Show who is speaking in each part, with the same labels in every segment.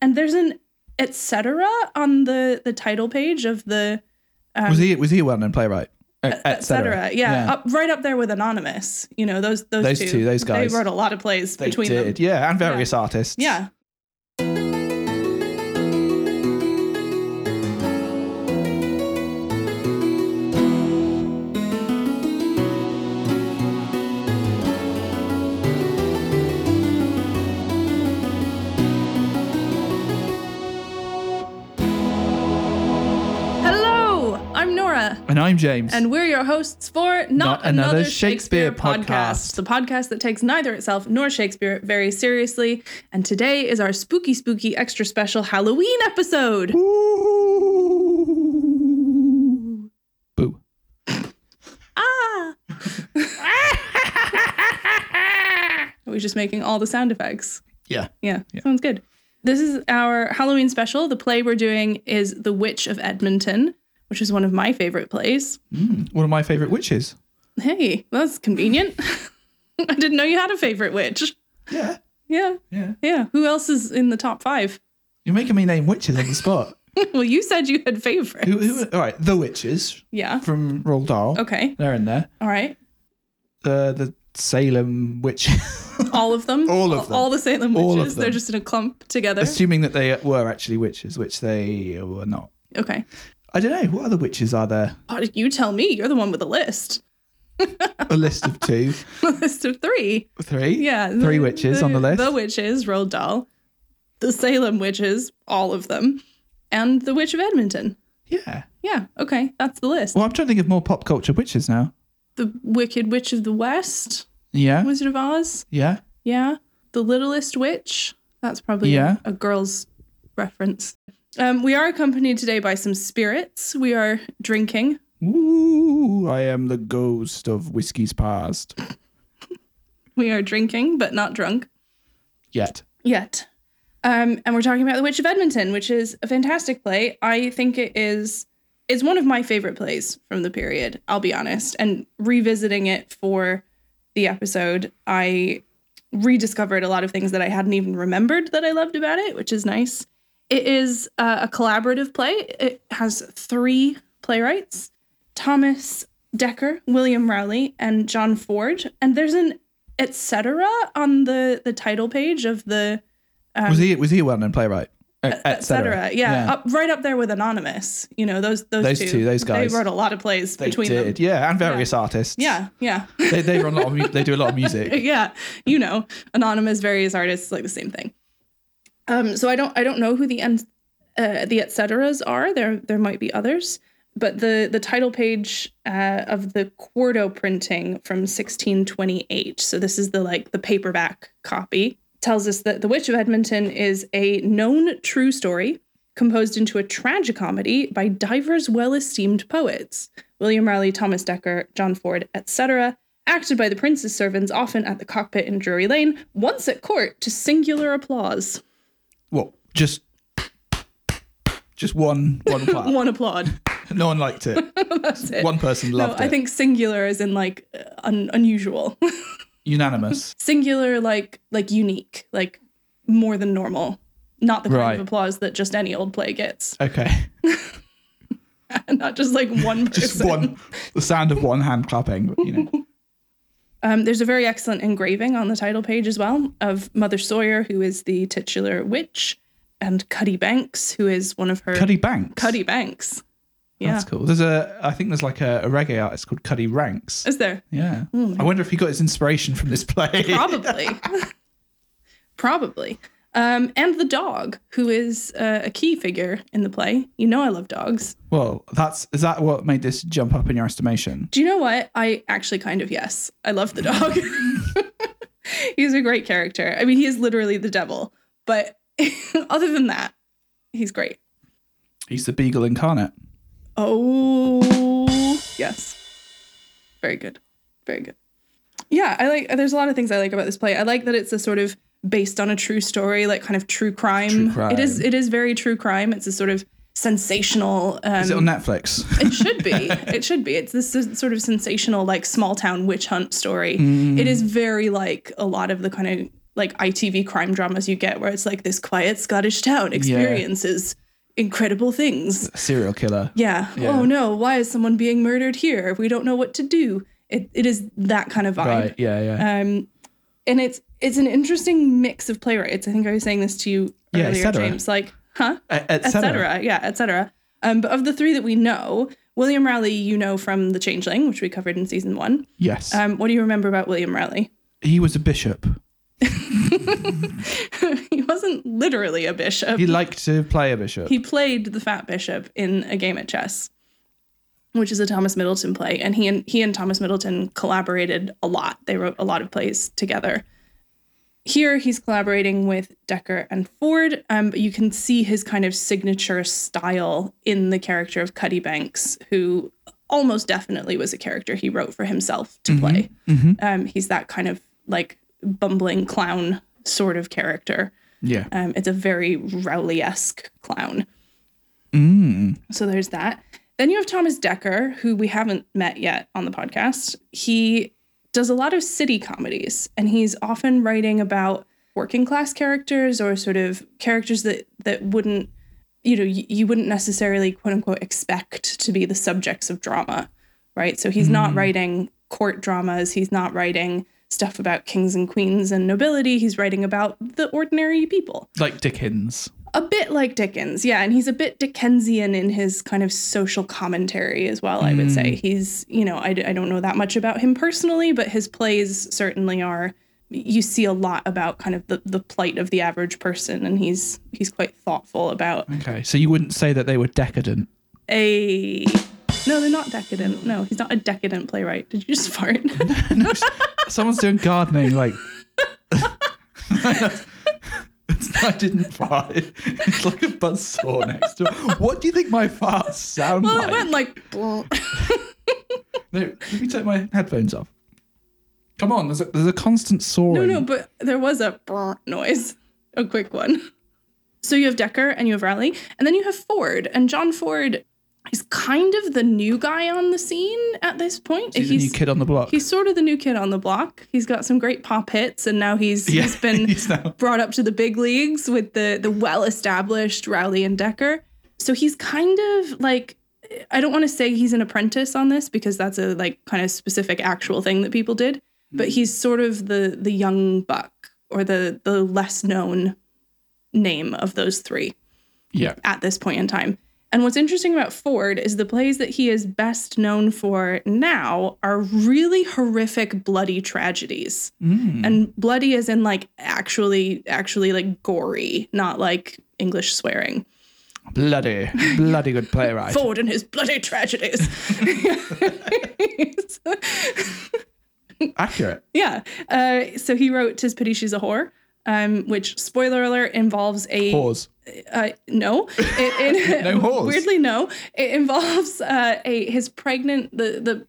Speaker 1: and there's an etc. on the the title page of the um,
Speaker 2: was he was he a well known playwright? Et, et
Speaker 1: etc. Yeah, Up, right up there with Anonymous. You know those those,
Speaker 2: Those two, those guys.
Speaker 1: They wrote a lot of plays
Speaker 2: They
Speaker 1: between
Speaker 2: did,
Speaker 1: them.
Speaker 2: yeah, and various artists.
Speaker 1: Yeah. Hello, I'm Nora.
Speaker 2: and I'm James.
Speaker 1: And we're your hosts for Not,
Speaker 2: Not
Speaker 1: Another,
Speaker 2: Another
Speaker 1: Shakespeare,
Speaker 2: Shakespeare
Speaker 1: podcast,
Speaker 2: Podcast.
Speaker 1: the podcast that takes neither itself nor Shakespeare very seriously. And today is our spooky, spooky, extra special Halloween episode.
Speaker 2: Ooh. Boo.
Speaker 1: Ah! Are we just making all the sound effects?
Speaker 2: Yeah.
Speaker 1: Yeah,
Speaker 2: Yeah.
Speaker 1: sounds good. This is our Halloween special. The play we're doing is The Witch of Edmonton, which is one of my favorite plays.
Speaker 2: One of my favorite witches.
Speaker 1: Hey, that's convenient. I didn't know you had a favorite witch.
Speaker 2: Yeah.
Speaker 1: Yeah.
Speaker 2: Yeah.
Speaker 1: Yeah, who else is in the top five?
Speaker 2: You're making me name witches on the spot.
Speaker 1: well, you said you had favorites.
Speaker 2: who, who? All right, the witches
Speaker 1: Yeah.
Speaker 2: from Roald Dahl.
Speaker 1: Okay.
Speaker 2: They're in there.
Speaker 1: All right.
Speaker 2: Uh, the Salem witch.
Speaker 1: All of them.
Speaker 2: All of them.
Speaker 1: All the Salem witches.
Speaker 2: All of
Speaker 1: They're
Speaker 2: them.
Speaker 1: just in a clump together.
Speaker 2: Assuming that they were actually witches, which they were not.
Speaker 1: okay.
Speaker 2: I don't know. What other witches are there?
Speaker 1: Oh, you tell me. You're the one with the list.
Speaker 2: A list of two,
Speaker 1: A list of three.
Speaker 2: three.
Speaker 1: Yeah.
Speaker 2: Three witches on the list.
Speaker 1: The witches, Roald Dahl. The Salem witches, all of them. And the Witch of Edmonton.
Speaker 2: Yeah.
Speaker 1: Yeah. Okay. That's the list.
Speaker 2: Well, I'm trying to think of more pop culture witches now.
Speaker 1: The Wicked Witch of the West,
Speaker 2: Yeah.
Speaker 1: Wizard of Oz.
Speaker 2: Yeah.
Speaker 1: Yeah. The Littlest Witch. That's probably a-
Speaker 2: Yeah.
Speaker 1: a, girl's reference. Um, we are accompanied today by some spirits. We are drinking.
Speaker 2: Ooh, I am the ghost of whiskey's past.
Speaker 1: We are drinking, but not drunk
Speaker 2: Yet.
Speaker 1: yet. Um, and we're talking about The Witch of Edmonton, which is a fantastic play. I think it is it's one of my favorite plays from the period, I'll be honest. And revisiting it for the episode, I rediscovered a lot of things that I hadn't even remembered that I loved about it, which is nice. It is uh, a collaborative play. It has three playwrights Thomas Decker, William Rowley, and John Ford. And there's an etc. on the, the title page of the Um,
Speaker 2: was he was he a well known playwright? Et, et
Speaker 1: etc. Uh, Yeah, Up, right up there with Anonymous. You know those those,
Speaker 2: Those two, those guys.
Speaker 1: They wrote a lot of plays
Speaker 2: They
Speaker 1: between
Speaker 2: did.
Speaker 1: them.
Speaker 2: Yeah, and various artists.
Speaker 1: Yeah, yeah,
Speaker 2: They they run a lot of mu- they do a lot of music.
Speaker 1: yeah. You know, Anonymous, various artists, like the same thing. Um, so I don't I don't know who the end uh, the etceteras are. There there might be others, but the the title page uh, of the quarto printing from 1628. So this is the like the paperback copy tells us that The Witch of Edmonton is a known true story composed into a tragicomedy by divers well-esteemed poets, William Rowley, Thomas Decker, John Ford, etc., acted by the prince's servants often at the cockpit in Drury Lane, once at court to singular applause.
Speaker 2: What? Just just one one clap.
Speaker 1: One applaud.
Speaker 2: No one liked it.
Speaker 1: That's it.
Speaker 2: One person
Speaker 1: No,
Speaker 2: loved it.
Speaker 1: I think singular is in like uh, un- unusual.
Speaker 2: Unanimous.
Speaker 1: singular like like unique, like more than normal. Not the kind
Speaker 2: Right.
Speaker 1: of applause that just any old play gets.
Speaker 2: Okay.
Speaker 1: Not just like one person.
Speaker 2: Just one the sound of one hand clapping, you know.
Speaker 1: Um, there's a very excellent engraving on the title page as well of Mother Sawyer, who is the titular witch, and Cuddy Banks, who is one of her
Speaker 2: Cuddy Banks.
Speaker 1: Cuddy Banks. Yeah.
Speaker 2: That's cool. There's a I think there's like a, a reggae artist called Cuddy Ranks.
Speaker 1: Is there? Hmm.
Speaker 2: Yeah. I wonder if he got his inspiration from this play.
Speaker 1: Probably. Probably. Um, and the dog, who is uh, a key figure in the play. You know I love dogs.
Speaker 2: Well, that's is that what made this jump up in your estimation?
Speaker 1: Do you know what? I actually kind of yes. I love the dog. he's a great character. I mean, he is literally the devil, but other than that, he's great.
Speaker 2: He's the beagle incarnate.
Speaker 1: Oh, yes. Very good. Very good. Yeah, I like there's a lot of things I like about this play. I like that it's a sort of based on a true story, like kind of true crime.
Speaker 2: True crime.
Speaker 1: It is it is very true crime. It's a sort of sensational um,
Speaker 2: Is it on Netflix?
Speaker 1: it should be. It should be. It's this s- sort of sensational, like small town witch hunt story. It is very like a lot of the kind like ITV crime dramas you get where it's like this quiet Scottish town experiences incredible things.
Speaker 2: Serial killer.
Speaker 1: Yeah.
Speaker 2: Yeah.
Speaker 1: Oh no, why is someone being murdered here? We don't know what to do. It, it is that kind of vibe.
Speaker 2: Right. Yeah. Yeah.
Speaker 1: Um, and it's it's an interesting mix of playwrights. I think I was saying this to you
Speaker 2: Yeah, et
Speaker 1: earlier,
Speaker 2: cetera.
Speaker 1: James. Like, huh?
Speaker 2: Et- et cetera.
Speaker 1: Etc. Yeah, etc. Um, but of the three that we know, William Raleigh, you know from The Changeling, which we covered in season one.
Speaker 2: Yes.
Speaker 1: Um, what do you remember about William Raleigh?
Speaker 2: he was a bishop.
Speaker 1: he wasn't literally a bishop.
Speaker 2: He liked to play a bishop.
Speaker 1: he played the fat bishop in a game at chess which is a thomas middleton play and he and he and thomas middleton collaborated a lot they wrote a lot of plays together here he's collaborating with decker and ford um, but you can see his kind of signature style in the character of cuddy banks who almost definitely was a character he wrote for himself to play um, he's that kind of like bumbling clown sort of character
Speaker 2: yeah.
Speaker 1: um, it's a very Rowley esque clown. So there's that. Then you have Thomas Decker, who we haven't met yet on the podcast. He does a lot of city comedies, and he's often writing about working class characters or sort of characters that that wouldn't, you know, you, you wouldn't necessarily quote unquote expect to be the subjects of drama, right? So he's not writing court dramas. He's not writing stuff about kings and queens and nobility. He's writing about the ordinary people
Speaker 2: Like Dickens.
Speaker 1: a bit like Dickens, yeah, and he's a bit Dickensian in his kind of social commentary as well. I would say he's, you know, I, I don't know that much about him personally, but his plays certainly are. You see a lot about kind of the the plight of the average person, and he's he's quite thoughtful about
Speaker 2: Okay. So you wouldn't say that they were decadent.
Speaker 1: a. No, they're not decadent. No, he's not a decadent playwright. Did you just fart?
Speaker 2: No, s- someone's doing gardening. Like, I didn't fart. It's like a buzz saw next door. What do you think my farts sound
Speaker 1: well,
Speaker 2: like?
Speaker 1: it went like. bleh.
Speaker 2: No, let me take my headphones off. Come on, there's a, there's a constant
Speaker 1: No,
Speaker 2: soaring.
Speaker 1: no, but there was a brrr noise, a quick one. So you have Decker and you have Raleigh, and then you have Ford. And John Ford is kind of the new guy on the scene at this point.
Speaker 2: He's the new kid on the block.
Speaker 1: he's sort of the new kid on the block. He's got some great pop hits, and now he's
Speaker 2: Yeah,
Speaker 1: he's been
Speaker 2: he's now-
Speaker 1: brought up to the big leagues with the the well established Rowley and Decker. So he's kind of like I don't want to say he's an apprentice on this because that's a like kind of specific actual thing that people did, but he's sort of the the young buck or the the less known name of those three
Speaker 2: yeah.
Speaker 1: at this point in time. And what's interesting about Ford is the plays that he is best known for now are really horrific, bloody tragedies.
Speaker 2: Mm.
Speaker 1: And bloody as in like actually, actually like gory, not like English swearing.
Speaker 2: Bloody, bloody good playwright.
Speaker 1: Ford and his bloody tragedies.
Speaker 2: Accurate.
Speaker 1: yeah. Uh, so he wrote Tis Pity She's a Whore, um, which, spoiler alert, involves a.
Speaker 2: Pause.
Speaker 1: uh, no, it, it,
Speaker 2: No horse.
Speaker 1: Weirdly, no. It involves uh, a his pregnant the the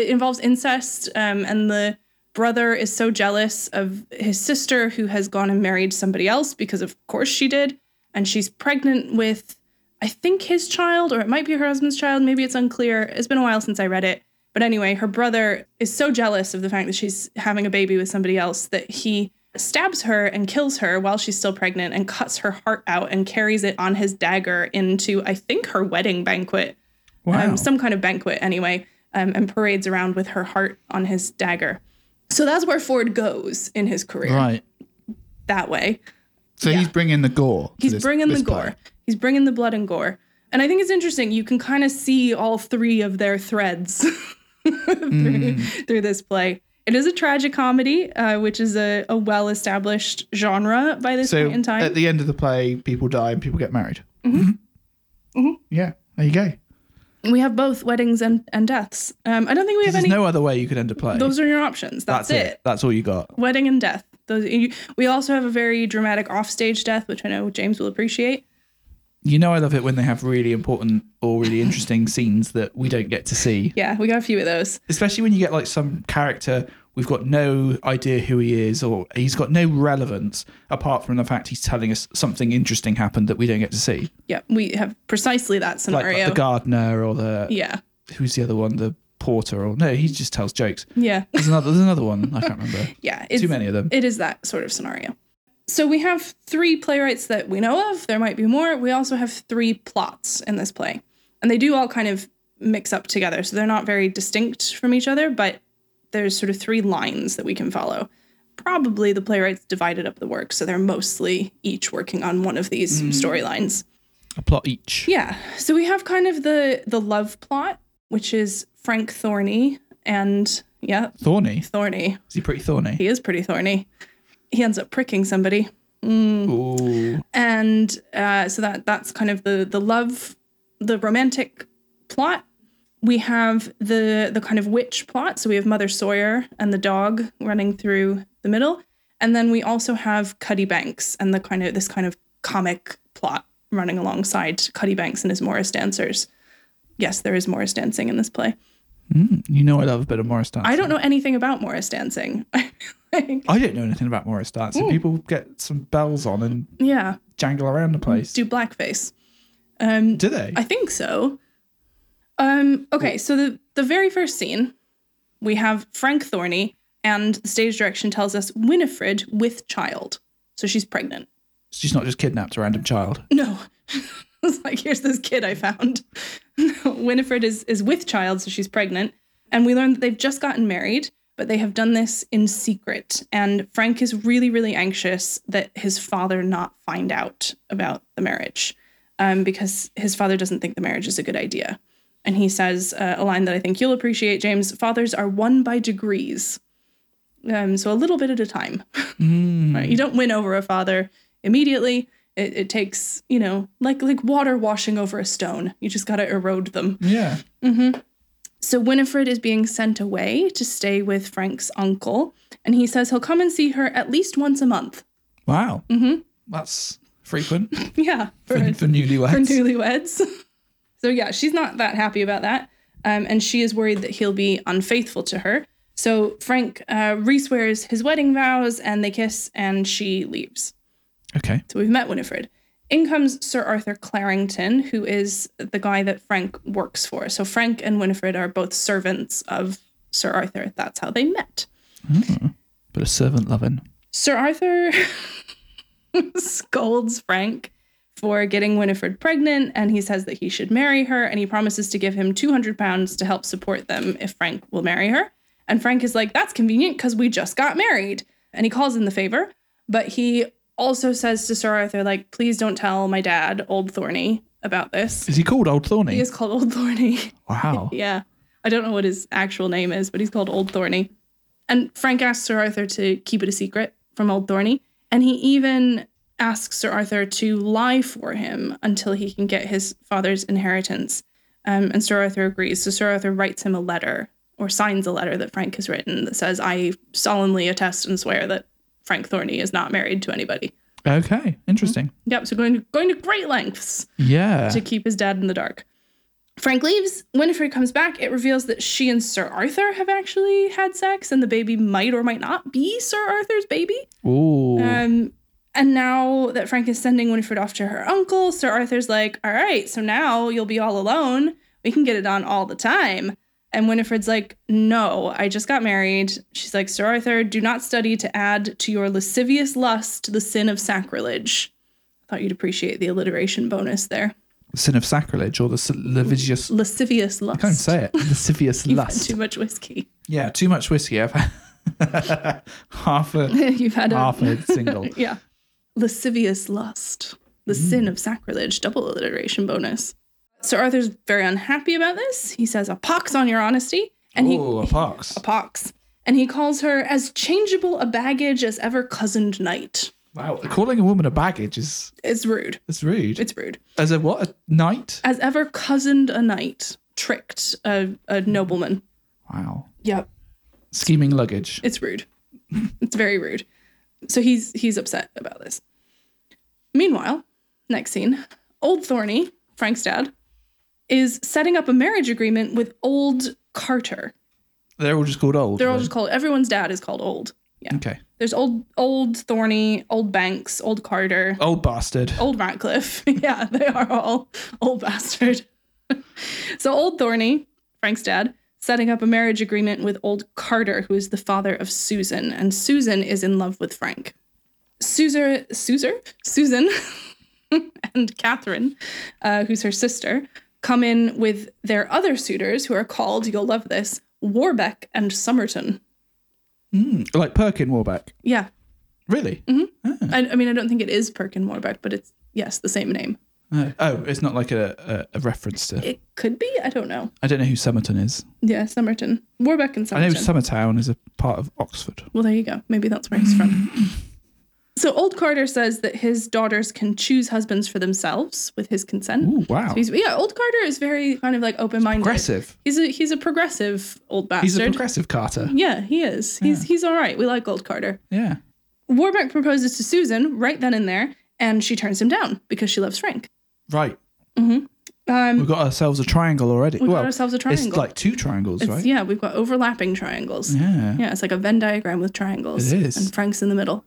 Speaker 1: it involves incest, um, and the brother is so jealous of his sister who has gone and married somebody else because of course she did, and she's pregnant with I think his child or it might be her husband's child. Maybe it's unclear. It's been a while since I read it. But anyway, her brother is so jealous of the fact that she's having a baby with somebody else that he stabs her and kills her while she's still pregnant and cuts her heart out and carries it on his dagger into, I think, her wedding banquet,
Speaker 2: Wow.
Speaker 1: um, some kind of banquet anyway, um, and parades around with her heart on his dagger. So that's where Ford goes in his career
Speaker 2: right.
Speaker 1: that way.
Speaker 2: So he's bringing the gore. to
Speaker 1: He's
Speaker 2: this-
Speaker 1: bringing
Speaker 2: this
Speaker 1: the gore.
Speaker 2: play.
Speaker 1: He's bringing the blood and gore. And I think it's interesting. You can kind of see all three of their threads through,
Speaker 2: Mm.
Speaker 1: through this play. It is a tragic comedy, uh, which is a, a well established genre by this
Speaker 2: So uh,
Speaker 1: point in time.
Speaker 2: at the end of the play, people die and people get married. Mm-hmm.
Speaker 1: Mm-hmm.
Speaker 2: Yeah. There you go.
Speaker 1: we have both weddings and, and deaths. Um, I don't think we have
Speaker 2: There's
Speaker 1: any.
Speaker 2: no other way you could end a play.
Speaker 1: those are your options. That's, it.
Speaker 2: That's all you got.
Speaker 1: Wedding and death. Those, you, we also have a very dramatic offstage death, which I know James will appreciate.
Speaker 2: You know, I love it when they have really important or really interesting scenes that we don't get to see.
Speaker 1: Yeah, we got a few of those.
Speaker 2: especially when you get like some character we've got no idea who he is or he's got no relevance apart from the fact he's telling us something interesting happened that we don't get to see
Speaker 1: Yeah, we have precisely that
Speaker 2: like,
Speaker 1: scenario.
Speaker 2: the gardener or the
Speaker 1: yeah.
Speaker 2: who's the other one the Porter, or no, he just tells jokes.
Speaker 1: Yeah.
Speaker 2: There's another, there's another one I can't remember.
Speaker 1: Yeah. It's,
Speaker 2: Too many of them.
Speaker 1: It is that sort of scenario. So we have three playwrights that we know of. There might be more. We also have three plots in this play, and they do all kind of mix up together. So they're not very distinct from each other, but there's sort of three lines that we can follow. Probably the playwrights divided up the work, so they're mostly each working on one of these storylines.
Speaker 2: A plot each.
Speaker 1: Yeah. So we have kind of the the love plot, which is Frank Thorny and yeah,
Speaker 2: Thorny.
Speaker 1: Thorny.
Speaker 2: Is he pretty thorny?
Speaker 1: He is pretty thorny. He ends up pricking somebody,
Speaker 2: Mm. Ooh.
Speaker 1: and uh, so that that's kind of the the love, the romantic plot. We have the the kind of witch plot. So we have Mother Sawyer and the dog running through the middle, and then we also have Cuddy Banks and the kind of this kind of comic plot running alongside Cuddy Banks and his Morris dancers. Yes, there is Morris dancing in this play.
Speaker 2: You know I love a bit of Morris dancing.
Speaker 1: I don't know anything about Morris dancing. Like,
Speaker 2: I don't know anything about Morris dancing. People get some bells on and
Speaker 1: yeah,
Speaker 2: jangle around the place. Do,
Speaker 1: do blackface. Um,
Speaker 2: they?
Speaker 1: I think so. Um, okay, so the, the very first scene, we have Frank Thorny, and the stage direction tells us Winifred with child. So she's pregnant.
Speaker 2: She's not just kidnapped a random child.
Speaker 1: No. it's like, here's this kid I found. No, Winifred is, is with child, so she's pregnant. And we learn that they've just gotten married, but they have done this in secret. And Frank is really, really anxious that his father not find out about the marriage um, because his father doesn't think the marriage is a good idea. And he says uh, a line that I think you'll appreciate, James fathers are won by degrees. Um, so a little bit at a time. Right? You don't win over a father immediately. It, it takes, you know, like like water washing over a stone. You just gotta erode them.
Speaker 2: Yeah.
Speaker 1: So Winifred is being sent away to stay with Frank's uncle, and he says he'll come and see her at least once a month.
Speaker 2: Wow. Mm-hmm. That's frequent
Speaker 1: Yeah, for,
Speaker 2: for, for newlyweds.
Speaker 1: for newlyweds. so yeah, she's not that happy about that, um, and she is worried that he'll be unfaithful to her. So Frank uh, re-swears his wedding vows, and they kiss, and she leaves.
Speaker 2: okay.
Speaker 1: So we've met Winifred. In comes Sir Arthur Clarrington, who is the guy that Frank works for. So Frank and Winifred are both servants of Sir Arthur. That's how they met.
Speaker 2: But a servant loving.
Speaker 1: Sir Arthur scolds Frank for getting Winifred pregnant, and he says that he should marry her, and he promises to give him 200 pounds to help support them if Frank will marry her. And Frank is like, that's convenient because we just got married. And he calls in the favor, but he also says to Sir Arthur, like, please don't tell my dad, old Thorny, about this.
Speaker 2: Is he called Old Thorny?
Speaker 1: He is called Old Thorny.
Speaker 2: Wow.
Speaker 1: Yeah. I don't know what his actual name is, but he's called Old Thorny. And Frank asks Sir Arthur to keep it a secret from Old Thorny. And he even asks Sir Arthur to lie for him until he can get his father's inheritance. Um, and Sir Arthur agrees. So Sir Arthur writes him a letter or signs a letter that Frank has written that says, I solemnly attest and swear that Frank Thorny is not married to anybody.
Speaker 2: Okay. Interesting.
Speaker 1: Yep, so going to, going to great lengths
Speaker 2: Yeah.
Speaker 1: to keep his dad in the dark. Frank leaves. Winifred comes back. It reveals that she and Sir Arthur have actually had sex, and the baby might or might not be Sir Arthur's baby.
Speaker 2: Ooh.
Speaker 1: Um, and now that Frank is sending Winifred off to her uncle, Sir Arthur's like, "All right, so now you'll be all alone. We can get it on all the time." And Winifred's like, "No, I just got married." She's like, "Sir Arthur, do not study to add to your lascivious lust the sin of sacrilege." I thought you'd appreciate the alliteration bonus there.
Speaker 2: The sin of sacrilege or the s- lascivious.
Speaker 1: lascivious lust.
Speaker 2: Can't say it. Lascivious lust.
Speaker 1: Too much whiskey.
Speaker 2: yeah. Too much whiskey. I've had half a
Speaker 1: You've had um, a
Speaker 2: half a single.
Speaker 1: yeah, lascivious lust, the
Speaker 2: Mm.
Speaker 1: sin of sacrilege. Double alliteration bonus. So Arthur's very unhappy about this. He says a pox on your honesty, and he
Speaker 2: Ooh, a pox.
Speaker 1: a pox, and he calls her as changeable a baggage as ever cozened knight.
Speaker 2: Wow. Calling a woman a baggage is
Speaker 1: It's rude.
Speaker 2: that's rude.
Speaker 1: It's rude.
Speaker 2: As a what? A knight?
Speaker 1: As ever cozened a knight, tricked a, a nobleman.
Speaker 2: Wow.
Speaker 1: Yep.
Speaker 2: Scheming luggage.
Speaker 1: It's rude. It's very rude. So he's he's upset about this. Meanwhile, next scene, old Thorny, Frank's dad, is setting up a marriage agreement with old Carter.
Speaker 2: They're all just called old.
Speaker 1: They're all
Speaker 2: then.
Speaker 1: just called everyone's dad is called old. Yeah.
Speaker 2: Okay.
Speaker 1: There's old old Thorny, old Banks, old Carter,
Speaker 2: Old bastard.
Speaker 1: old Ratcliffe. yeah, they are all old bastard. so old Thorny, Frank's dad, setting up a marriage agreement with old Carter, who is the father of Susan, and Susan is in love with Frank. Susan, Susan, Susan, and Catherine, uh, who's her sister, come in with their other suitors, who are called, you'll love this, Warbeck and Somerton.
Speaker 2: Mm, like Perkin Warbeck. Mm-hmm.
Speaker 1: Yeah,
Speaker 2: Really?
Speaker 1: I, I mean, I don't think it is Perkin Warbeck, but it's, yes, the same name.
Speaker 2: Oh, oh, it's not like a, a, a reference to.
Speaker 1: It could be, I don't know.
Speaker 2: I don't know who Somerton is.
Speaker 1: Yeah, Somerton. Warbeck and
Speaker 2: I know
Speaker 1: Somerton.
Speaker 2: Summertown is a part of Oxford.
Speaker 1: Well, there you go. Maybe that's where he's from. so old Carter says that his daughters can choose husbands for themselves with his consent.
Speaker 2: Ooh, wow.
Speaker 1: So he's, yeah, old Carter is very kind of like open minded.
Speaker 2: Progressive.
Speaker 1: He's a he's a progressive old bastard.
Speaker 2: He's a progressive Carter.
Speaker 1: yeah, he is. He's he's all right. We like old Carter.
Speaker 2: Yeah.
Speaker 1: Warbeck proposes to Susan right then and there, and she turns him down because she loves Frank.
Speaker 2: Right.
Speaker 1: Um,
Speaker 2: We've got ourselves a triangle already.
Speaker 1: got
Speaker 2: well,
Speaker 1: ourselves a
Speaker 2: It's
Speaker 1: triangle.
Speaker 2: like two triangles, right?
Speaker 1: yeah, we've got overlapping triangles.
Speaker 2: Yeah.
Speaker 1: Yeah, it's like a Venn diagram with triangles.
Speaker 2: It is. Hmm.
Speaker 1: And Frank's in the middle.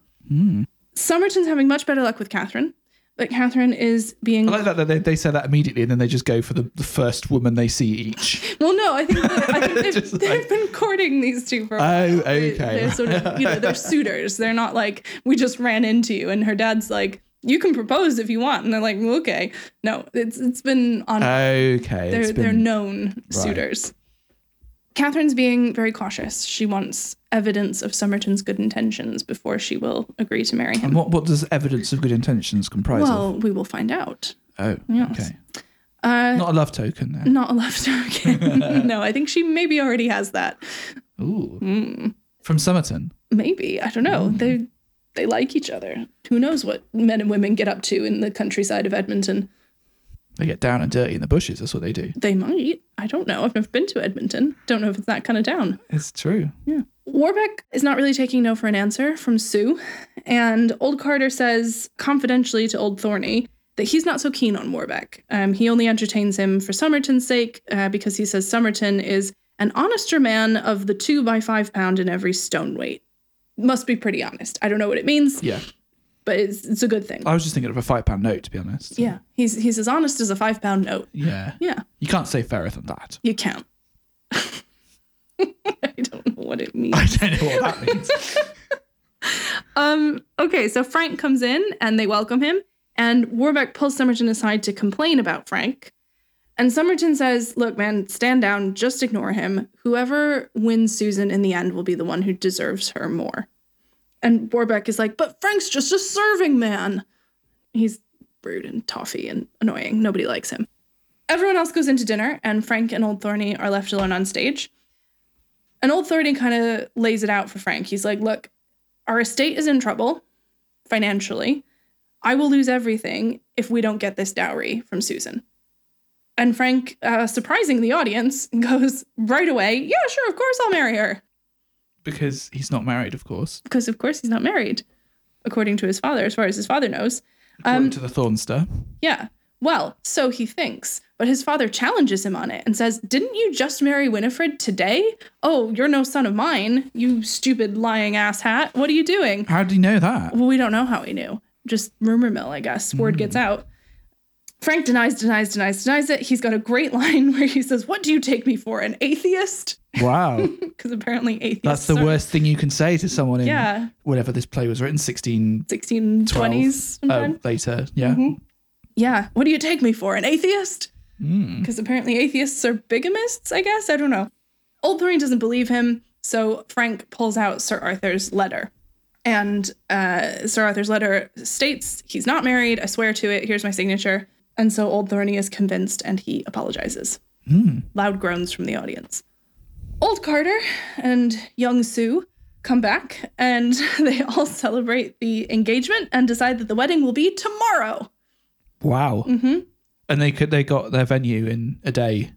Speaker 1: Somerton's having much better luck with Catherine, but Catherine is being.
Speaker 2: I like that, that they, they say that immediately and then they just go for the, the first woman they see each.
Speaker 1: well, no, I think, that, I think they've,
Speaker 2: Just
Speaker 1: they've
Speaker 2: like-
Speaker 1: been courting these two for a while.
Speaker 2: Oh,
Speaker 1: They-
Speaker 2: okay.
Speaker 1: They're sort of, you know, they're suitors. They're not like, we just ran into you. And her dad's like, you can propose if you want. And they're like, well, okay. No, it's it's been on.
Speaker 2: Okay.
Speaker 1: they're,
Speaker 2: it's
Speaker 1: they're
Speaker 2: been-
Speaker 1: known suitors. Catherine's being very cautious. She wants evidence of Somerton's good intentions before she will agree to marry him.
Speaker 2: and what, what does evidence of good intentions comprise
Speaker 1: Well,
Speaker 2: of?
Speaker 1: we will find out.
Speaker 2: Oh,
Speaker 1: yes.
Speaker 2: okay.
Speaker 1: Uh,
Speaker 2: Not a love token then.
Speaker 1: Not a love token. no, I think she maybe already has that.
Speaker 2: Ooh.
Speaker 1: Mm.
Speaker 2: From Somerton.
Speaker 1: Maybe I don't know. They they like each other. Who knows what men and women get up to in the countryside of Edmonton?
Speaker 2: They get down and dirty in the bushes. That's what they do.
Speaker 1: They might. I don't know. I've never been to Edmonton. Don't know if it's that kind of town.
Speaker 2: It's true.
Speaker 1: Warbeck is not really taking no for an answer from Sue, and old Carter says confidentially to old Thorny that he's not so keen on Warbeck. Um, he only entertains him for Somerton's sake uh, because he says Somerton is an honester man of the two by five pound in every stone weight. Must be pretty honest. I don't know what it means,
Speaker 2: Yeah.
Speaker 1: but it's, it's a good thing.
Speaker 2: I was just thinking of a five pound note, to be honest.
Speaker 1: Yeah, he's he's as honest as a five pound note.
Speaker 2: Yeah.
Speaker 1: Yeah,
Speaker 2: You can't say fairer than that.
Speaker 1: you count. I don't know what it means.
Speaker 2: I don't know what that means.
Speaker 1: Um, okay, so Frank comes in and they welcome him, and Warbeck pulls Somerton aside to complain about Frank. And Somerton says, Look, man, stand down, just ignore him. Whoever wins Susan in the end will be the one who deserves her more. And Warbeck is like, But Frank's just a serving man. He's rude and toffy and annoying. Nobody likes him. Everyone else goes into dinner, and Frank and Old Thorny are left alone on stage. And Old Thorny kind of lays it out for Frank. He's like, Look, our estate is in trouble financially. I will lose everything if we don't get this dowry from Susan. And Frank, uh, surprising the audience, goes right away, Yeah, sure, of course I'll marry her.
Speaker 2: because he's not married, of course,
Speaker 1: Because, of course, he's not married, according to his father, as far as his father knows.
Speaker 2: according to the Thornster.
Speaker 1: Yeah. Well, so he thinks, but his father challenges him on it and says, Didn't you just marry Winifred today? Oh, you're no son of mine, you stupid lying ass hat. What are you doing?
Speaker 2: How do you know that?
Speaker 1: Well, we don't know how he knew. Just rumor mill, I guess. Word gets
Speaker 2: Mm.
Speaker 1: out. Frank denies, denies, denies, denies it. He's got a great line where he says, What do you take me for? An atheist?
Speaker 2: Wow.
Speaker 1: Because apparently atheists.
Speaker 2: That's the
Speaker 1: are
Speaker 2: worst thing you can say to someone in
Speaker 1: Yeah.
Speaker 2: whatever this play was written, 1612
Speaker 1: 1620s. sometime. Mm-hmm.
Speaker 2: oh, later. Yeah.
Speaker 1: Yeah. What do you take me for? An atheist? Because apparently atheists are bigamists, I guess. I don't know. Old Thorny doesn't believe him, so Frank pulls out Sir Arthur's letter. And uh, Sir Arthur's letter states, he's not married, I swear to it, here's my signature. And so Old Thorny is convinced and he apologizes. Loud groans from the audience. Old Carter and young Sue come back and they all celebrate the engagement and decide that the wedding will be tomorrow.
Speaker 2: Wow. Mm-hmm. And they could they got their venue in a day.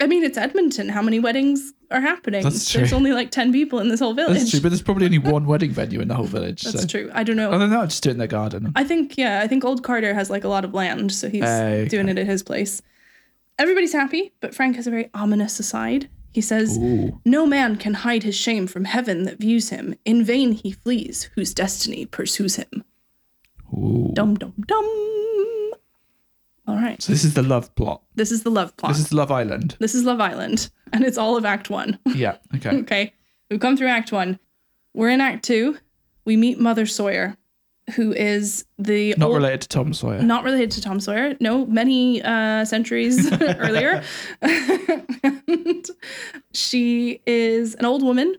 Speaker 1: I mean, it's Edmonton. How many weddings are happening?
Speaker 2: That's
Speaker 1: There's
Speaker 2: true.
Speaker 1: only like 10 people in this whole village.
Speaker 2: That's true, but there's probably only one wedding venue in the whole village.
Speaker 1: That's
Speaker 2: so.
Speaker 1: true. I don't
Speaker 2: Other
Speaker 1: know.
Speaker 2: than that, Oh, I'll just do it in their garden.
Speaker 1: I think, yeah, I think Old Carter has like a lot of land, so he's
Speaker 2: Oh, Okay.
Speaker 1: doing it at his place. Everybody's happy, but Frank has a very ominous aside. He says,
Speaker 2: Ooh.
Speaker 1: No man can hide his shame from heaven that views him. In vain he flees, whose destiny pursues him.
Speaker 2: Ooh.
Speaker 1: Dum, dum, dum. All right. Right.
Speaker 2: So this is the love plot.
Speaker 1: This is the love plot.
Speaker 2: This is Love Island.
Speaker 1: this is Love Island, and it's all of Act One.
Speaker 2: Yeah. Okay.
Speaker 1: Okay. We've come through Act One. We're in Act Two. We meet Mother Sawyer, who is the
Speaker 2: Not
Speaker 1: old-
Speaker 2: related to Tom Sawyer.
Speaker 1: not related to Tom Sawyer. No, many uh, centuries earlier. and she is an old woman,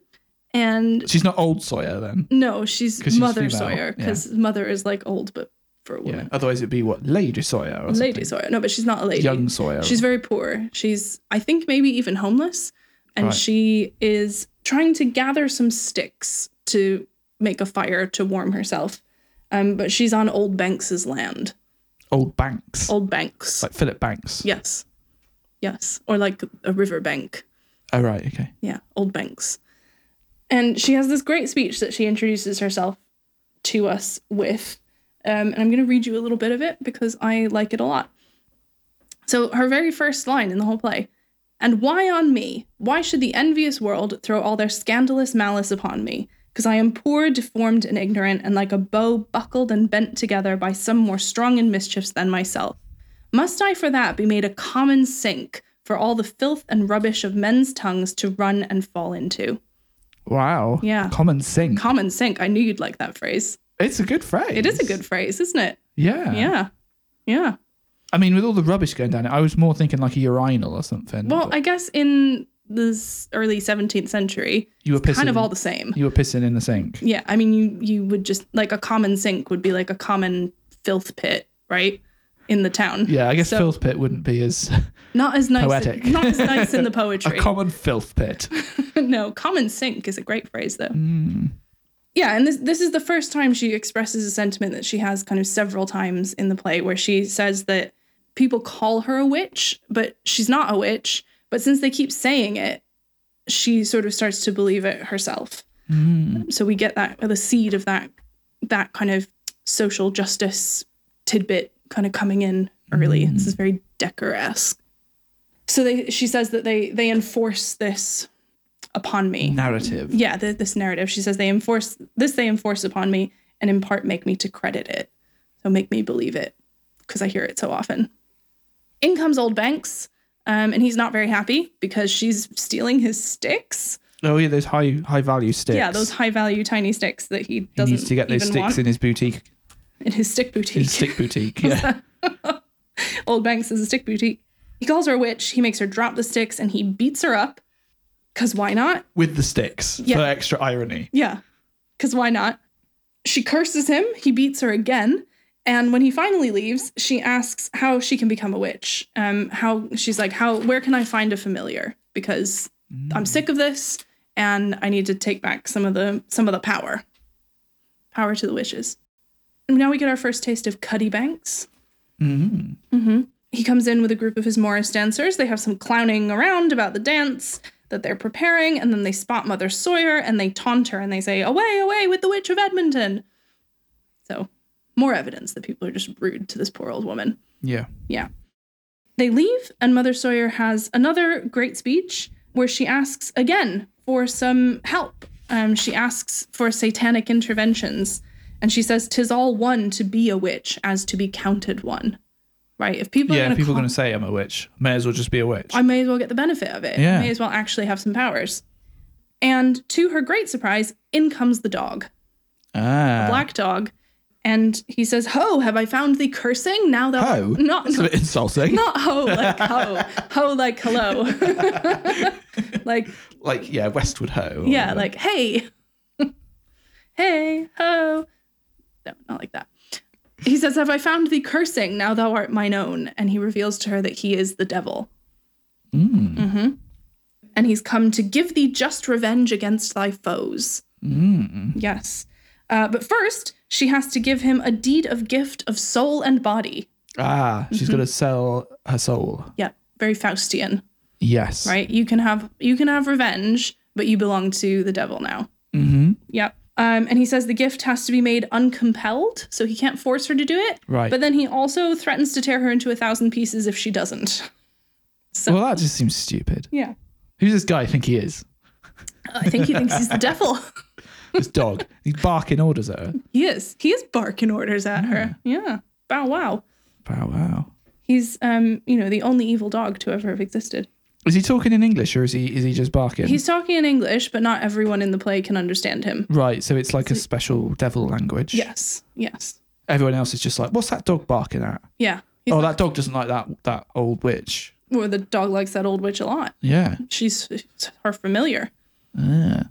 Speaker 1: and
Speaker 2: She's not old Sawyer then.
Speaker 1: no, she's
Speaker 2: 'Cause she's
Speaker 1: Mother
Speaker 2: female,
Speaker 1: Sawyer
Speaker 2: yeah.
Speaker 1: because Mother is like old, but for a
Speaker 2: Yeah.
Speaker 1: woman,
Speaker 2: Otherwise it'd be what Lady Sawyer. Or something.
Speaker 1: Lady Sawyer. No, but she's not a lady.
Speaker 2: Young Sawyer.
Speaker 1: She's very poor. She's, I think, maybe even homeless. And
Speaker 2: Right.
Speaker 1: she is trying to gather some sticks to make a fire to warm herself. Um, but she's on Old Banks's land.
Speaker 2: old Banks.
Speaker 1: Old Banks.
Speaker 2: Like Philip Banks.
Speaker 1: Yes. Yes. Or like a river bank.
Speaker 2: Oh right. Okay.
Speaker 1: Yeah. Old banks. And she has this great speech that she introduces herself to us with. Um, and I'm going to read you a little bit of it because I like it a lot. So, her very first line in the whole play And why on me? Why should the envious world throw all their scandalous malice upon me? Because I am poor, deformed, and ignorant, and like a bow buckled and bent together by some more strong in mischiefs than myself. Must I for that be made a common sink for all the filth and rubbish of men's tongues to run and fall into?
Speaker 2: Wow.
Speaker 1: Yeah.
Speaker 2: Common sink.
Speaker 1: Common sink. I knew you'd like that phrase.
Speaker 2: it's a good phrase.
Speaker 1: It is a good phrase, isn't it?
Speaker 2: Yeah.
Speaker 1: Yeah. Yeah.
Speaker 2: I mean, with all the rubbish going down it, I was more thinking like a urinal or something.
Speaker 1: Well,
Speaker 2: but
Speaker 1: I guess in the s- early 17th century,
Speaker 2: you were pissing.
Speaker 1: kind of all the same.
Speaker 2: you were pissing in the sink.
Speaker 1: Yeah. I mean, you, you would just, like, a common sink would be like a common filth pit, right? In the town.
Speaker 2: Yeah, I guess
Speaker 1: So-
Speaker 2: filth pit wouldn't be as
Speaker 1: Not as nice.
Speaker 2: Poetic.
Speaker 1: not as nice in the
Speaker 2: a
Speaker 1: poetry.
Speaker 2: common filth pit.
Speaker 1: no, common sink is a great phrase though. Yeah, and this this is the first time she expresses a sentiment that she has kind of several times in the play where she says that people call her a witch, but she's not a witch, but since they keep saying it, she sort of starts to believe it herself.
Speaker 2: Hmm.
Speaker 1: So we get that the seed of that that kind of social justice tidbit kind of coming in early. This is very Decker-esque. So they she says that they they enforce this upon me
Speaker 2: Narrative.
Speaker 1: yeah the, this narrative she says they enforce this they enforce upon me and in part make me to credit it so make me believe it because i hear it so often in comes old banks um, and he's not very happy because she's stealing his sticks
Speaker 2: Oh yeah, those high high value sticks.
Speaker 1: yeah those high value tiny sticks that he
Speaker 2: He
Speaker 1: doesn't
Speaker 2: needs to get those
Speaker 1: even
Speaker 2: sticks
Speaker 1: want
Speaker 2: in his boutique.
Speaker 1: in his stick boutique
Speaker 2: His stick boutique. Yeah.
Speaker 1: Old Banks is a stick boutique. He calls her a witch. He makes her drop the sticks and he beats her up. Because why not?
Speaker 2: With the sticks
Speaker 1: Yeah.
Speaker 2: for extra irony.
Speaker 1: Yeah. Because why not? She curses him. He beats her again. And when he finally leaves, she asks how she can become a witch. Um, how she's like, how where can I find a familiar? Because I'm sick of this, and I need to take back some of the some of the power. Power to the witches. And now we get our first taste of Cuddy Banks.
Speaker 2: Mm.
Speaker 1: He comes in with a group of his Morris dancers. They have some clowning around about the dance that they're preparing, and then they spot Mother Sawyer and they taunt her and they say, Away, away with the Witch of Edmonton. So, more evidence that people are just rude to this poor old woman.
Speaker 2: Yeah.
Speaker 1: Yeah. They leave, and Mother Sawyer has another great speech where she asks again for some help. Um, she asks for satanic interventions, and she says, "Tis all one to be a witch as to be counted one." Right? If people are
Speaker 2: yeah,
Speaker 1: going
Speaker 2: people
Speaker 1: to
Speaker 2: are going to say I'm a witch. May as well just be a witch.
Speaker 1: I may as well get the benefit of it.
Speaker 2: Yeah.
Speaker 1: I may as well actually have some powers. And to her great surprise, in comes the dog,
Speaker 2: ah.
Speaker 1: black dog, and he says, "Ho, have I found thee cursing? Now thou
Speaker 2: Ho?
Speaker 1: not
Speaker 2: That's a bit insulting.
Speaker 1: not ho like ho, ho like hello, like
Speaker 2: like yeah, Westward Ho. or
Speaker 1: yeah,
Speaker 2: whatever.
Speaker 1: like hey, hey ho. No, not like that. He says, "Have I found thee cursing? Now thou art mine own." And he reveals to her that he is the devil. Mhm. And he's come to give thee just revenge against thy foes. Yes. Uh, but first, she has to give him a deed of gift of soul and body.
Speaker 2: ah, she's
Speaker 1: Mm-hmm.
Speaker 2: going to sell her soul.
Speaker 1: Yeah, very Faustian.
Speaker 2: Yes.
Speaker 1: right? You can have you can have revenge, but you belong to the devil now.
Speaker 2: Mm-hmm.
Speaker 1: Yep. Um, and he says the gift has to be made uncompelled, so he can't force her to do it.
Speaker 2: Right.
Speaker 1: But then he also threatens to tear her into a thousand pieces if she doesn't. So
Speaker 2: Well, that just seems stupid.
Speaker 1: yeah,
Speaker 2: Who's this guy? I think he is
Speaker 1: I think he thinks he's the devil.
Speaker 2: this dog. He's barking orders at her.
Speaker 1: He is. He is barking orders at her. Yeah. Bow wow.
Speaker 2: Wow, wow.
Speaker 1: He's, um, you know, the only evil dog to ever have existed.
Speaker 2: Is he talking in English or is he is he just barking?
Speaker 1: He's talking in English, but not everyone in the play can understand him.
Speaker 2: right, so it's like a special devil language.
Speaker 1: Yes, yes,
Speaker 2: Everyone else is just like, what's that dog barking at?
Speaker 1: yeah. He's,
Speaker 2: oh, that dog doesn't like that that old witch.
Speaker 1: Or the dog likes that old witch a lot.
Speaker 2: Yeah.
Speaker 1: She's her familiar.
Speaker 2: Yeah.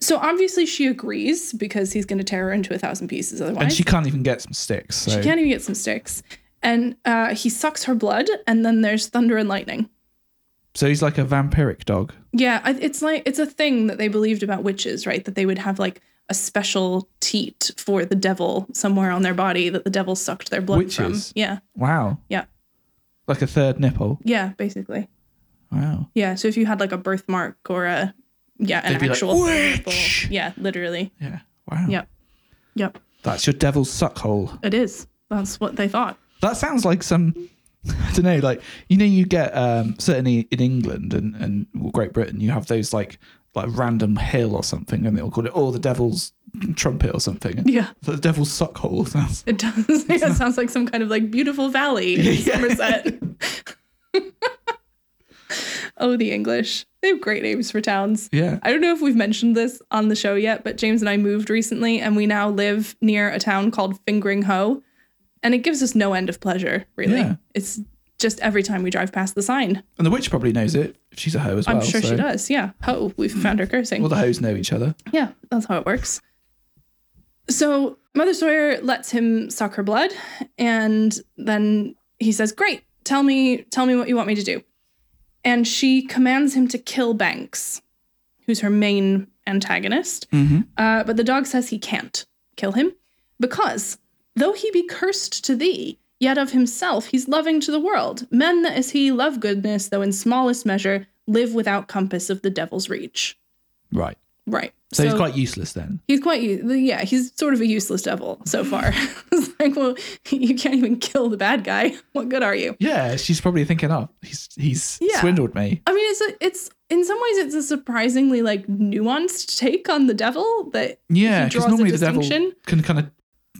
Speaker 1: So obviously she agrees because he's going to tear her into a thousand pieces otherwise.
Speaker 2: And she can't even get some sticks. So.
Speaker 1: She can't even get some sticks. And uh, he sucks her blood, and then there's thunder and lightning.
Speaker 2: so he's like a vampiric dog.
Speaker 1: Yeah, I- it's like it's a thing that they believed about witches, right? That they would have like a special teat for the devil somewhere on their body that the devil sucked their blood from.
Speaker 2: Witches?
Speaker 1: Yeah,
Speaker 2: Wow.
Speaker 1: yeah,
Speaker 2: Like a third nipple.
Speaker 1: yeah, basically.
Speaker 2: Wow.
Speaker 1: Yeah, so if you had like a birthmark or a yeah, an
Speaker 2: They'd be like,
Speaker 1: actual
Speaker 2: "Witch!"
Speaker 1: symbol. Yeah, literally.
Speaker 2: Yeah. Wow.
Speaker 1: Yep. Yep.
Speaker 2: That's your devil's suck hole.
Speaker 1: It is. That's what they thought.
Speaker 2: That sounds like some. I don't know, like you know, you get um, certainly in England and and Great Britain, you have those like like random hill or something, and they'll call it oh the devil's trumpet or something.
Speaker 1: Yeah.
Speaker 2: the devil's suck hole sounds.
Speaker 1: It does. Yeah, it sounds like some kind of like beautiful valley in
Speaker 2: Yeah.
Speaker 1: Somerset. oh, the English. They have great names for towns.
Speaker 2: Yeah,
Speaker 1: I don't know if we've mentioned this on the show yet, but James and I moved recently and we now live near a town called Fingering Hoe. And it gives us no end of pleasure, really.
Speaker 2: Yeah.
Speaker 1: It's just every time we drive past the sign.
Speaker 2: and the witch probably knows it. She's a hoe as well.
Speaker 1: I'm sure
Speaker 2: so-
Speaker 1: she does. Yeah. Ho, we've found her cursing.
Speaker 2: All the hoes know each other.
Speaker 1: Yeah, that's how it works. So Mother Sawyer lets him suck her blood, and then he says, "Great, tell me, tell me what you want me to do." And she commands him to kill Banks, who's her main antagonist.
Speaker 2: Mm-hmm.
Speaker 1: Uh, but the dog says he can't kill him because, though he be cursed to thee, yet of himself he's loving to the world. Men that as he love goodness, though in smallest measure, live without compass of the devil's reach.
Speaker 2: Right.
Speaker 1: Right.
Speaker 2: So, he's quite useless then.
Speaker 1: He's quite, u- yeah, he's sort of a useless devil so far. it's like, well, you can't even kill the bad guy. What good are you?
Speaker 2: Yeah, she's probably thinking, oh, he's he's
Speaker 1: Yeah.
Speaker 2: swindled me.
Speaker 1: I mean, it's a, it's in some ways it's a surprisingly like nuanced take on the devil that
Speaker 2: Yeah,
Speaker 1: He draws
Speaker 2: because
Speaker 1: a
Speaker 2: normally the devil
Speaker 1: distinction.
Speaker 2: can kind of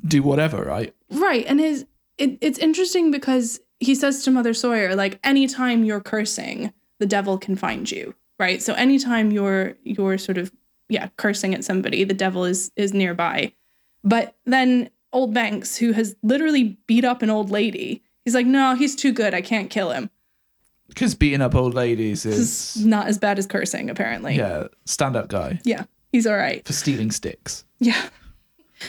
Speaker 2: do whatever, right?
Speaker 1: right and his it, it's interesting because he says to Mother Sawyer like anytime you're cursing the devil can find you right so anytime you're you're sort of yeah cursing at somebody the devil is is nearby but then old Banks who has literally beat up an old lady he's like no he's too good I can't kill him
Speaker 2: Because beating up old ladies
Speaker 1: it's
Speaker 2: is
Speaker 1: not as bad as cursing apparently
Speaker 2: yeah, stand up guy
Speaker 1: yeah he's all right
Speaker 2: for stealing sticks.
Speaker 1: yeah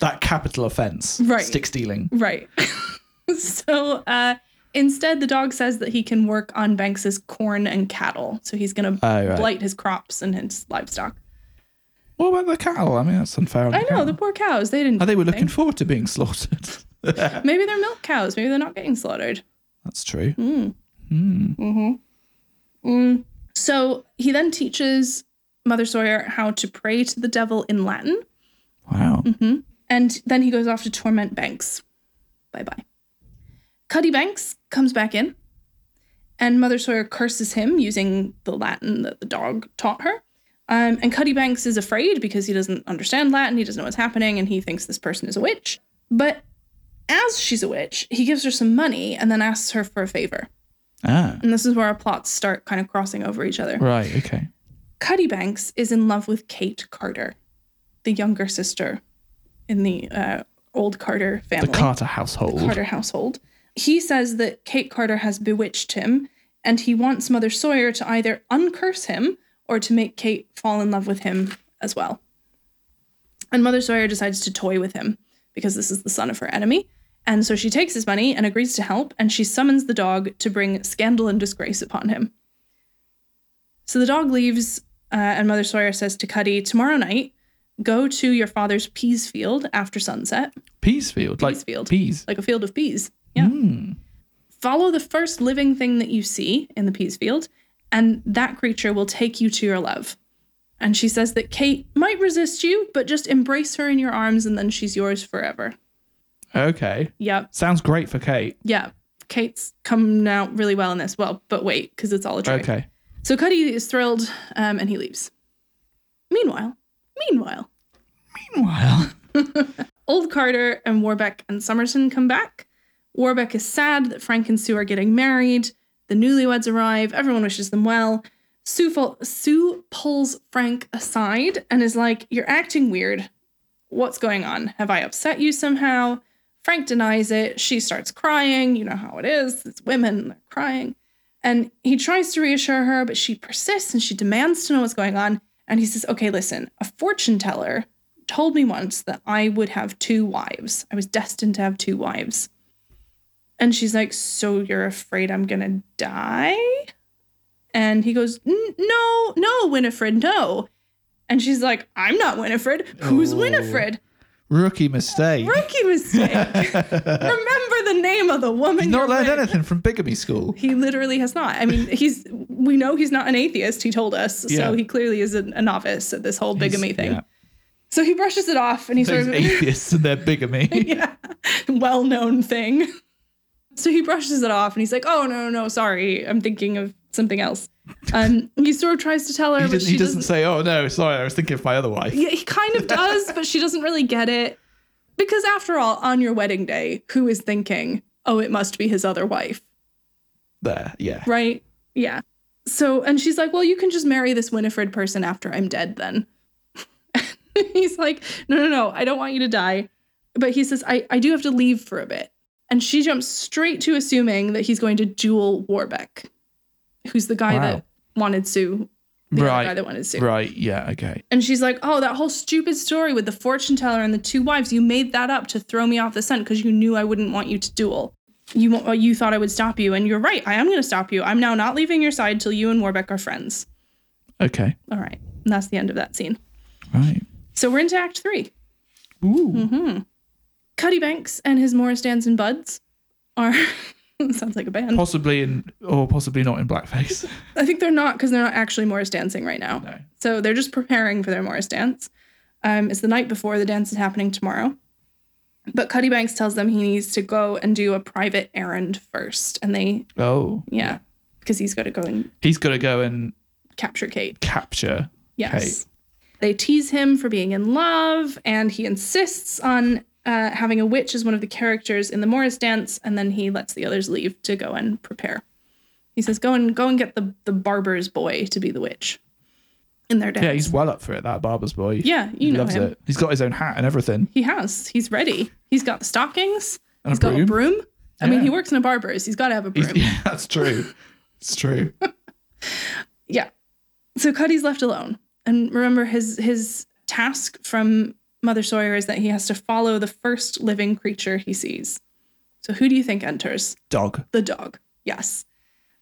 Speaker 2: That capital offence,
Speaker 1: Right.
Speaker 2: Stick stealing.
Speaker 1: Right. so uh, instead, the dog says that he can work on Banks's corn and cattle. So he's going to
Speaker 2: Oh, right.
Speaker 1: blight his crops and his livestock.
Speaker 2: What about the cattle? I mean, that's unfair. On the
Speaker 1: I know,
Speaker 2: cattle.
Speaker 1: the poor cows, they didn't.
Speaker 2: Oh, they were
Speaker 1: do
Speaker 2: looking
Speaker 1: anything.
Speaker 2: forward to being slaughtered. that's
Speaker 1: Maybe they're milk cows. Maybe they're not getting slaughtered.
Speaker 2: true.
Speaker 1: Mm. Mm-hmm. So he then teaches Mother Sawyer how to pray to the devil in Latin.
Speaker 2: Wow.
Speaker 1: Mm. Mm-hmm. And then he goes off to torment Banks. Bye bye. Cuddy Banks comes back in, and Mother Sawyer curses him using the Latin that the dog taught her. Um, and Cuddy Banks is afraid because he doesn't understand Latin, he doesn't know what's happening, and he thinks this person is a witch. But as she's a witch, he gives her some money and then asks her for a favor.
Speaker 2: Ah.
Speaker 1: And this is where our plots start kind of crossing over each other.
Speaker 2: Right. Okay.
Speaker 1: Cuddy Banks is in love with Kate Carter, the younger sister in the uh, old Carter
Speaker 2: The
Speaker 1: family,
Speaker 2: Carter household.
Speaker 1: Carter household. He says that Kate Carter has bewitched him, and he wants Mother Sawyer to either uncurse him or to make Kate fall in love with him as well. And Mother Sawyer decides to toy with him because this is the son of her enemy. And so she takes his money and agrees to help, and she summons the dog to bring scandal and disgrace upon him. So the dog leaves, uh, and Mother Sawyer says to Cuddy, Tomorrow night, go to your father's peas field after sunset,
Speaker 2: Peasfield. Like
Speaker 1: Peasfield.
Speaker 2: Peas. Hmm.
Speaker 1: like a field of peas. Yeah. Follow the first living thing that you see in the peas field, and that creature will take you to your love. And she says that Kate might resist you, but just embrace her in your arms, and then she's yours forever.
Speaker 2: Okay.
Speaker 1: Yep.
Speaker 2: Sounds great for Kate.
Speaker 1: Yeah. Kate's coming out really well in this. Well, but wait, because it's all a trick.
Speaker 2: Okay.
Speaker 1: So Cuddy is thrilled um, and he leaves. Meanwhile, meanwhile,
Speaker 2: Meanwhile.
Speaker 1: Old Carter and Warbeck and Somerton come back Warbeck is sad that Frank and Sue are getting married. The newlyweds arrive. Everyone wishes them well. Sue, fol- Sue pulls Frank aside and is like, You're acting weird. What's going on? Have I upset you somehow? Frank denies it. She starts crying. You know how it is. It's women, they're crying. And he tries to reassure her, but she persists and she demands to know what's going on. And he says, Okay, listen, a fortune teller told me once that I would have two wives. I was destined to have two wives. And she's like, So you're afraid I'm going to die? And he goes, "N- No, no, Winifred, no. And she's like, I'm not Winifred. Who's
Speaker 2: Oh.
Speaker 1: Winifred?
Speaker 2: Rookie mistake.
Speaker 1: Rookie mistake. Remember the name of the woman.
Speaker 2: Not
Speaker 1: you're
Speaker 2: learned
Speaker 1: with.
Speaker 2: anything from bigamy school.
Speaker 1: He literally has not. I mean, he's we know he's not an atheist. He told us,
Speaker 2: Yeah.
Speaker 1: so he clearly is a, a novice at this whole bigamy thing.
Speaker 2: Yeah.
Speaker 1: So he brushes it off, and he
Speaker 2: Those
Speaker 1: sort of
Speaker 2: atheists and their bigamy.
Speaker 1: yeah, well known thing. So he brushes it off, and he's like, "Oh no, no, sorry, I'm thinking of something else." Um, he sort of tries to tell her,
Speaker 2: He,
Speaker 1: but
Speaker 2: doesn't,
Speaker 1: she
Speaker 2: he
Speaker 1: doesn't
Speaker 2: doesn't say, "Oh no, sorry, I was thinking of my other wife."
Speaker 1: Yeah, he kind of does, but she doesn't really get it. Because after all, on your wedding day, who is thinking, oh, it must be his other wife,
Speaker 2: There, yeah.
Speaker 1: right? Yeah. So, and she's like, well, you can just marry this Winifred person after I'm dead then. He's like, no, no, no, I don't want you to die. But he says, I, I do have to leave for a bit. And she jumps straight to assuming that he's going to duel Warbeck, who's the guy
Speaker 2: Wow.
Speaker 1: that wanted Sue, the other guy
Speaker 2: Right,
Speaker 1: that wanted Sue.
Speaker 2: right, yeah, okay.
Speaker 1: And she's like, Oh, that whole stupid story with the fortune teller and the two wives, you made that up to throw me off the scent because you knew I wouldn't want you to duel. You, wa- you thought I would stop you, and you're right. I am going to stop you. I'm now not leaving your side till you and Warbeck are friends.
Speaker 2: Okay,
Speaker 1: All right. And that's the end of that scene.
Speaker 2: right.
Speaker 1: So we're into Act Three. Hmm. Mm-hmm.
Speaker 2: Ooh,
Speaker 1: Cuddy Banks and his Morris Dance and Buds are. sounds like a band.
Speaker 2: possibly in, or possibly not in blackface.
Speaker 1: I think they're not because they're not actually Morris dancing right now.
Speaker 2: No.
Speaker 1: So they're just preparing for their Morris dance. Um, it's the night before the dance is happening tomorrow. But Cuddy Banks tells them he needs to go and do a private errand first. And they,
Speaker 2: Oh,
Speaker 1: yeah, because he's got to go and
Speaker 2: he's got to go and
Speaker 1: capture Kate.
Speaker 2: capture.
Speaker 1: Yes. They tease him for being in love, and he insists on uh, having a witch as one of the characters in the Morris dance. And then he lets the others leave to go and prepare. He says, "Go and go and get the the barber's boy to be the witch in their dance."
Speaker 2: Yeah, he's well up for it. That barber's boy.
Speaker 1: Yeah, you
Speaker 2: he
Speaker 1: know
Speaker 2: loves
Speaker 1: him.
Speaker 2: it. He's got his own hat and everything.
Speaker 1: He has. He's ready. He's got the stockings.
Speaker 2: And a
Speaker 1: He's got a
Speaker 2: broom.
Speaker 1: broom. I mean,
Speaker 2: Yeah.
Speaker 1: he works in a barber's. He's got to have a broom.
Speaker 2: He's- yeah, that's true. It's true.
Speaker 1: Yeah. So Cuddy's left alone. And remember his his task from Mother Sawyer is that he has to follow the first living creature he sees. So who do you think enters?
Speaker 2: Dog.
Speaker 1: The dog. Yes.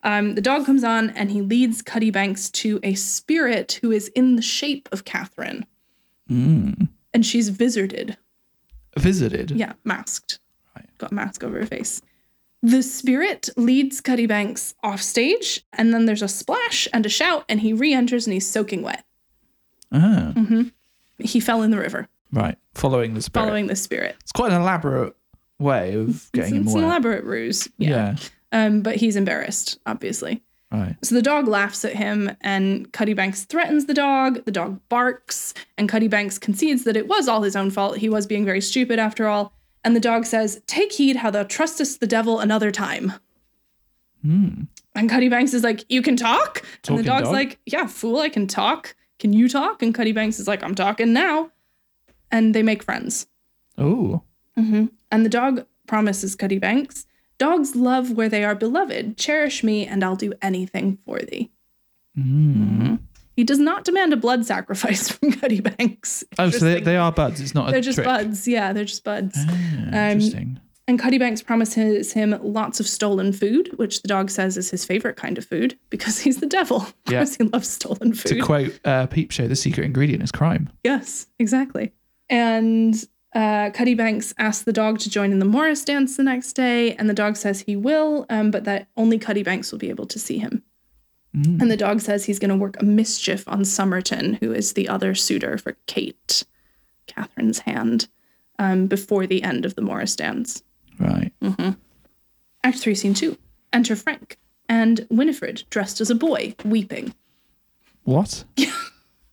Speaker 1: Um, the dog comes on and he leads Cuddy Banks to a spirit who is in the shape of Catherine.
Speaker 2: Mm.
Speaker 1: And she's wizarded.
Speaker 2: Visited.
Speaker 1: Yeah, masked.
Speaker 2: Right.
Speaker 1: Got a mask over her face. The spirit leads Cuddy Banks off stage, and then there's a splash and a shout, and he re enters and he's soaking wet.
Speaker 2: Ah,
Speaker 1: Mm-hmm. He fell in the river
Speaker 2: right. Following the spirit.
Speaker 1: following the spirit.
Speaker 2: It's quite an elaborate way of
Speaker 1: It's,
Speaker 2: getting
Speaker 1: it's
Speaker 2: him
Speaker 1: an
Speaker 2: wet.
Speaker 1: elaborate ruse. Yeah.
Speaker 2: yeah.
Speaker 1: Um, but he's embarrassed, obviously.
Speaker 2: Right.
Speaker 1: So the dog laughs at him, and Cuddy Banks threatens the dog. The dog barks, and Cuddy Banks concedes that it was all his own fault. He was being very stupid after all. And the dog says, Take heed how thou trustest the devil another time. And Cuddy Banks is like, You can talk? and the
Speaker 2: Hmm. Talking
Speaker 1: dog's
Speaker 2: dog?
Speaker 1: like, Yeah, fool, I can talk. Can you talk? And Cuddy Banks is like, I'm talking now. And they make friends.
Speaker 2: Oh.
Speaker 1: And the dog promises Cuddy Banks, Dogs love where they are beloved. Cherish me, and I'll do anything for thee.
Speaker 2: Mm.
Speaker 1: Mhm. He does not demand a blood sacrifice from Cuddy Banks.
Speaker 2: Oh, so they,
Speaker 1: Interesting.
Speaker 2: they are buds. It's not a
Speaker 1: They're just
Speaker 2: trick.
Speaker 1: buds. Um, Yeah, they're just buds.
Speaker 2: Ah, interesting.
Speaker 1: And Cuddy Banks promises him lots of stolen food, which the dog says is his favorite kind of food because he's the devil. Of
Speaker 2: Yeah.
Speaker 1: course, he loves stolen
Speaker 2: To
Speaker 1: food.
Speaker 2: quote uh, Peep Show, the secret ingredient is crime.
Speaker 1: Yes, exactly. And uh, Cuddy Banks asks the dog to join in the Morris dance the next day, and the dog says he will, um, but that only Cuddy Banks will be able to see him. And the dog says he's going to work a mischief on Somerton, who is the other suitor for Kate, Catherine's hand, um, before the end of the Morris dance.
Speaker 2: Right.
Speaker 1: Mm. Act 3, Scene 2. Enter Frank and Winifred, dressed as a boy, weeping.
Speaker 2: What?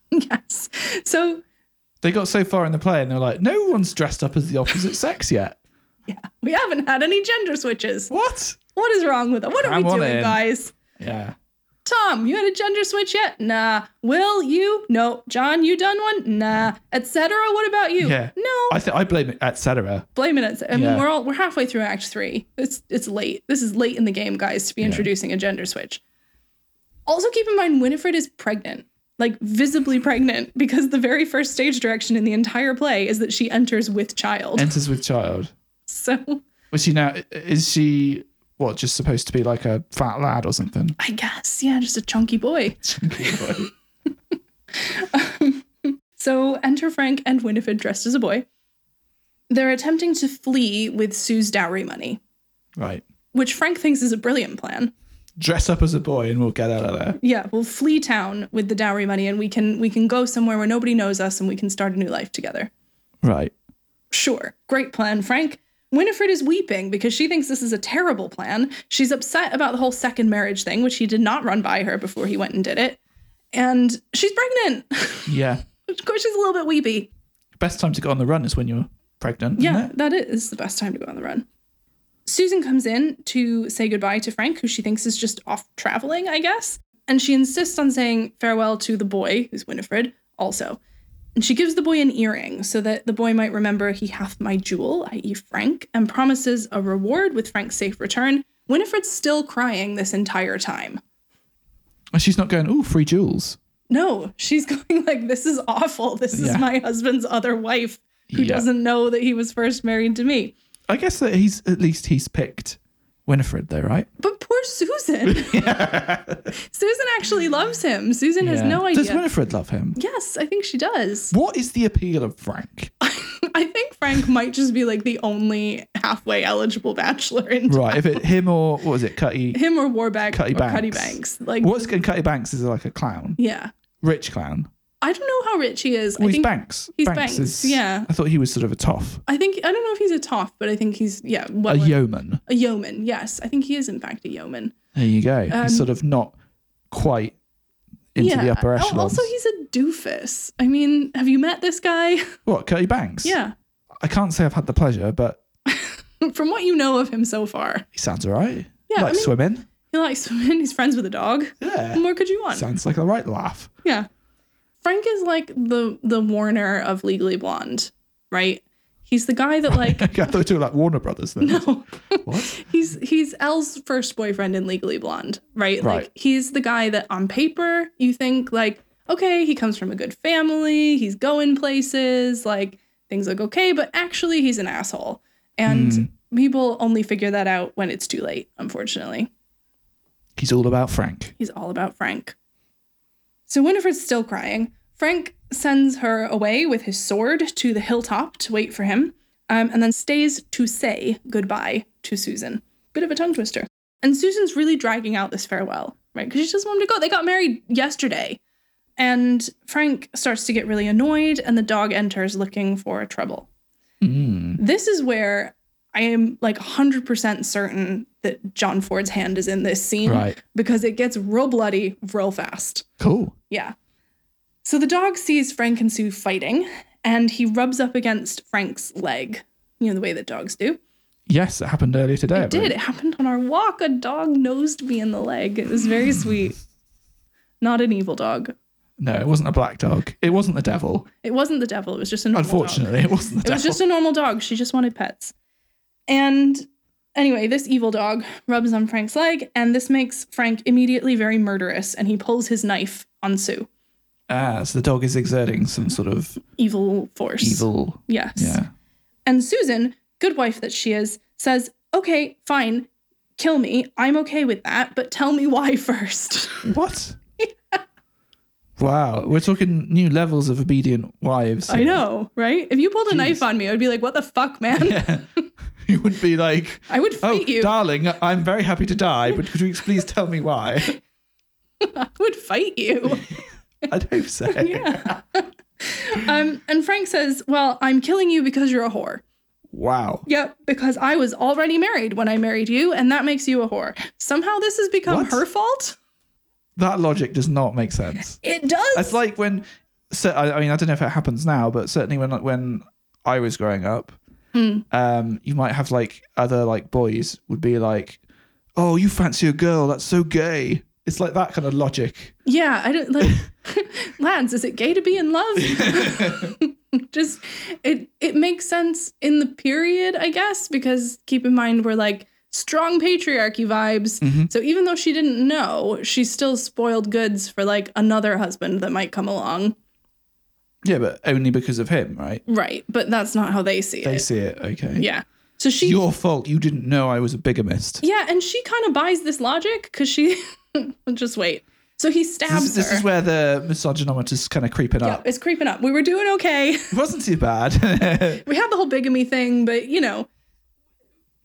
Speaker 1: yes. So
Speaker 2: They got so far in the play and they're like, no one's dressed up as the opposite sex yet.
Speaker 1: Yeah, we haven't had any gender switches.
Speaker 2: What?
Speaker 1: What is wrong with it? What are
Speaker 2: Come
Speaker 1: we
Speaker 2: on
Speaker 1: doing,
Speaker 2: in.
Speaker 1: guys?
Speaker 2: Yeah.
Speaker 1: Tom, you had a gender switch yet? Nah. Will you? No. John, you done one? Nah. Etc. What about you?
Speaker 2: Yeah.
Speaker 1: No.
Speaker 2: I th- I blame it, etc.
Speaker 1: Blame it. At, I mean,
Speaker 2: Yeah.
Speaker 1: we're all we're halfway through Act Three. It's it's late. This is late in the game, guys, to be introducing a gender switch. Also, keep in mind Winifred is pregnant, like visibly pregnant, because the very first stage direction in the entire play is that she enters with child.
Speaker 2: Enters with child.
Speaker 1: so
Speaker 2: Was she now? Is she what? Just supposed to be like a fat lad or something?
Speaker 1: I guess, yeah, just a chunky boy. So enter Frank and Winifred dressed as a boy. They're attempting to flee with Sue's dowry money,
Speaker 2: right.
Speaker 1: which Frank thinks is a brilliant plan.
Speaker 2: Dress up as a boy and we'll get out of there.
Speaker 1: Yeah, we'll flee town with the dowry money and we can we can go somewhere where nobody knows us and we can start a new life together.
Speaker 2: Right.
Speaker 1: Sure. Great plan, Frank. Winifred is weeping because she thinks this is a terrible plan. She's upset about the whole second marriage thing, which he did not run by her before he went and did it. And she's pregnant.
Speaker 2: Yeah.
Speaker 1: of course she's a little bit weepy.
Speaker 2: Best time to go on the run is when you're pregnant. isn't
Speaker 1: Yeah,
Speaker 2: it?
Speaker 1: that is the best time to go on the run. Susan comes in to say goodbye to Frank, who she thinks is just off traveling, I guess. And she insists on saying farewell to the boy, who's Winifred, also. And she gives the boy an earring so that the boy might remember he hath my jewel, i.e., Frank, and promises a reward with Frank's safe return. Winifred's still crying this entire time.
Speaker 2: And she's not going. Oh, free jewels.
Speaker 1: No, she's going like, this is awful. This is
Speaker 2: Yeah.
Speaker 1: my husband's other wife who
Speaker 2: Yeah.
Speaker 1: doesn't know that he was first married to me.
Speaker 2: I guess that he's at least he's picked Winifred though, right?
Speaker 1: But poor Susan. Susan actually loves him. Susan has
Speaker 2: Yeah.
Speaker 1: no
Speaker 2: Does
Speaker 1: idea.
Speaker 2: Winifred love him?
Speaker 1: Yes, I think she does.
Speaker 2: What is the appeal of Frank?
Speaker 1: I think Frank might just be like the only halfway eligible bachelor in
Speaker 2: Right. If it him or what was it, Cutty?
Speaker 1: him or Warbeck
Speaker 2: Cutty
Speaker 1: or
Speaker 2: Banks.
Speaker 1: Cutty Banks. Like,
Speaker 2: What's and Cutty Banks is like a clown,
Speaker 1: yeah,
Speaker 2: rich clown.
Speaker 1: I don't know how rich he is. I
Speaker 2: Well, Oh, he's
Speaker 1: think
Speaker 2: Banks.
Speaker 1: he's Banks, yeah.
Speaker 2: I thought he was sort of a toff,
Speaker 1: I think I don't know if he's a toff, but I think he's yeah, well,
Speaker 2: a yeoman.
Speaker 1: a yeoman. Yes, I think he is in fact a yeoman.
Speaker 2: There you go.
Speaker 1: Um,
Speaker 2: he's sort of not quite into the upper
Speaker 1: Al-
Speaker 2: echelons.
Speaker 1: oh, Also, he's a doofus. I mean, have you met this guy?
Speaker 2: what Cutty Banks?
Speaker 1: yeah,
Speaker 2: I can't say I've had the pleasure, but
Speaker 1: from what you know of him so far,
Speaker 2: he sounds alright.
Speaker 1: Yeah, I
Speaker 2: Likes
Speaker 1: mean-
Speaker 2: swimming.
Speaker 1: he likes swimming. He's friends with a dog. What
Speaker 2: Yeah.
Speaker 1: more could you want?
Speaker 2: Sounds like a right laugh.
Speaker 1: Yeah. Frank is like the the Warner of Legally Blonde, right? He's the guy that like
Speaker 2: I thought we were like Warner Brothers then.
Speaker 1: no.
Speaker 2: What?
Speaker 1: he's he's Elle's first boyfriend in Legally Blonde, right?
Speaker 2: Right.
Speaker 1: Like he's the guy that on paper you think like, okay, he comes from a good family, he's going places, like things look okay, but actually he's an asshole. And
Speaker 2: Hmm.
Speaker 1: people only figure that out when it's too late, unfortunately.
Speaker 2: He's all about Frank.
Speaker 1: He's all about Frank. So Winifred's still crying. Frank sends her away with his sword to the hilltop to wait for him, um, and then stays to say goodbye to Susan. Bit of a tongue twister. And Susan's really dragging out this farewell, right? Because she doesn't want him to go. They got married yesterday. And Frank starts to get really annoyed, and the dog enters looking for trouble.
Speaker 2: Mm.
Speaker 1: This is where I am like 100% certain that John Ford's hand is in this scene
Speaker 2: Right.
Speaker 1: because it gets real bloody real fast.
Speaker 2: Cool.
Speaker 1: Yeah. So the dog sees Frank and Sue fighting and he rubs up against Frank's leg, you know, the way that dogs do.
Speaker 2: Yes, it happened earlier today. I
Speaker 1: It did.
Speaker 2: believe.
Speaker 1: It happened on our walk. A dog nosed me in the leg. It was very sweet. Not an evil dog.
Speaker 2: No, it wasn't a black dog. It wasn't the devil.
Speaker 1: It wasn't the devil. It was just a normal dog.
Speaker 2: Unfortunately, it wasn't the
Speaker 1: It
Speaker 2: devil.
Speaker 1: was just a normal dog. She just wanted pets. And anyway, this evil dog rubs on Frank's leg, and this makes Frank immediately very murderous, and he pulls his knife on Sue.
Speaker 2: Ah, so the dog is exerting some sort of
Speaker 1: Evil force.
Speaker 2: evil.
Speaker 1: Yes.
Speaker 2: Yeah.
Speaker 1: And Susan, good wife that she is, says, Okay, fine, kill me. I'm okay with that, but tell me why first.
Speaker 2: What? Wow, we're talking new levels of obedient wives.
Speaker 1: I
Speaker 2: here.
Speaker 1: know, right? If you pulled a knife on me, I would be like, What the fuck, man?
Speaker 2: You would be like,
Speaker 1: I would
Speaker 2: "Oh,
Speaker 1: fight you.
Speaker 2: darling, I'm very happy to die, but could you please tell me why?"
Speaker 1: I would fight you.
Speaker 2: I'd hope so.
Speaker 1: yeah. um, and Frank says, Well, I'm killing you because you're a whore.
Speaker 2: Wow.
Speaker 1: Yep, because I was already married when I married you, and that makes you a whore. Somehow this has become
Speaker 2: What?
Speaker 1: her fault?
Speaker 2: That logic does not make sense.
Speaker 1: It does.
Speaker 2: It's like when, so, I I mean, I don't know if it happens now, but certainly when when I was growing up,
Speaker 1: Hmm.
Speaker 2: um, you might have like other like boys would be like, "Oh, you fancy a girl? That's so gay." It's like that kind of logic.
Speaker 1: Yeah, I don't like Lance, is it gay to be in love? Just it it makes sense in the period, I guess, because keep in mind we're like strong patriarchy vibes.
Speaker 2: Mm-hmm.
Speaker 1: So even though she didn't know, she's still spoiled goods for like another husband that might come along.
Speaker 2: Yeah, but only because of him, right?
Speaker 1: Right, but that's not how they see
Speaker 2: They
Speaker 1: it.
Speaker 2: see it. Okay.
Speaker 1: Yeah. So she
Speaker 2: Your fault. You didn't know I was a bigamist.
Speaker 1: Yeah, and she kind of buys this logic cuz she just wait. So he
Speaker 2: This,
Speaker 1: stabs
Speaker 2: is- this
Speaker 1: her.
Speaker 2: is where the misogynometer's kind of creeping
Speaker 1: yeah,
Speaker 2: up.
Speaker 1: it's creeping up. We were doing okay.
Speaker 2: It wasn't too bad.
Speaker 1: we had the whole bigamy thing, but you know.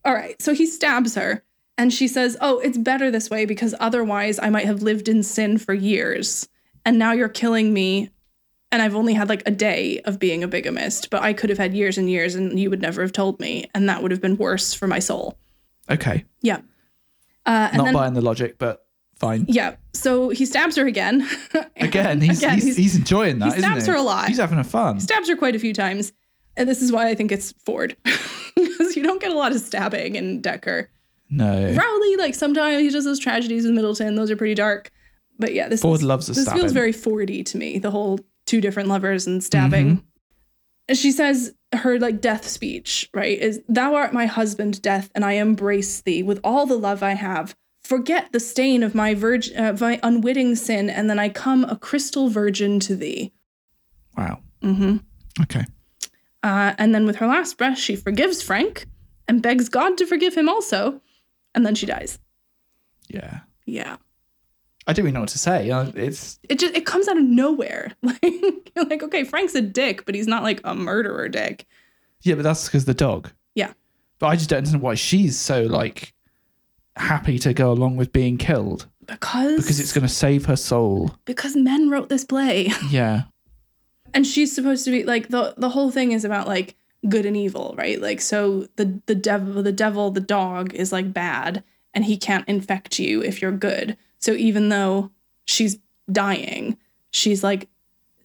Speaker 1: All right, so he stabs her, and she says, Oh, it's better this way because otherwise I might have lived in sin for years. And now you're killing me. And I've only had like a day of being a bigamist, but I could have had years and years, and you would never have told me. And that would have been worse for my soul.
Speaker 2: okay.
Speaker 1: Yeah. Uh, and
Speaker 2: Not
Speaker 1: then,
Speaker 2: buying the logic, but fine.
Speaker 1: yeah. So he stabs her again.
Speaker 2: Again, he's,
Speaker 1: Again,
Speaker 2: he's,
Speaker 1: he's-
Speaker 2: he's, enjoying that,
Speaker 1: he
Speaker 2: isn't
Speaker 1: stabs
Speaker 2: he?
Speaker 1: her a lot.
Speaker 2: He's having a fun.
Speaker 1: stabs her quite a few times. And this is why I think it's Ford, because you don't get a lot of stabbing in Decker.
Speaker 2: No.
Speaker 1: Crowley, like sometimes he does those tragedies with Middleton. Those are pretty dark. But yeah, this
Speaker 2: Ford
Speaker 1: is-
Speaker 2: loves a
Speaker 1: this feels
Speaker 2: stabbing.
Speaker 1: very Fordy to me. The whole two different lovers and stabbing.
Speaker 2: Mm-hmm.
Speaker 1: And she says her like death speech, right? Is thou art my husband, death, and I embrace thee with all the love I have. Forget the stain of my virgin, uh, my unwitting sin, and then I come a crystal virgin to thee.
Speaker 2: Wow.
Speaker 1: hmm
Speaker 2: Okay.
Speaker 1: uh, and then with her last breath, she forgives Frank and begs God to forgive him also. And then she dies.
Speaker 2: Yeah.
Speaker 1: Yeah.
Speaker 2: I don't even know what to say. Uh, It's
Speaker 1: It just it comes out of nowhere. Like you're like, okay, Frank's a dick, but he's not like a murderer dick.
Speaker 2: yeah, but that's because the dog.
Speaker 1: Yeah.
Speaker 2: But I just don't understand why she's so like happy to go along with being killed
Speaker 1: Because
Speaker 2: because it's going to save her soul.
Speaker 1: because men wrote this play.
Speaker 2: Yeah.
Speaker 1: and she's supposed to be like the the whole thing is about like good and evil, right? Like so the the devil the devil the dog is like bad and he can't infect you if you're good. So even though she's dying, she's like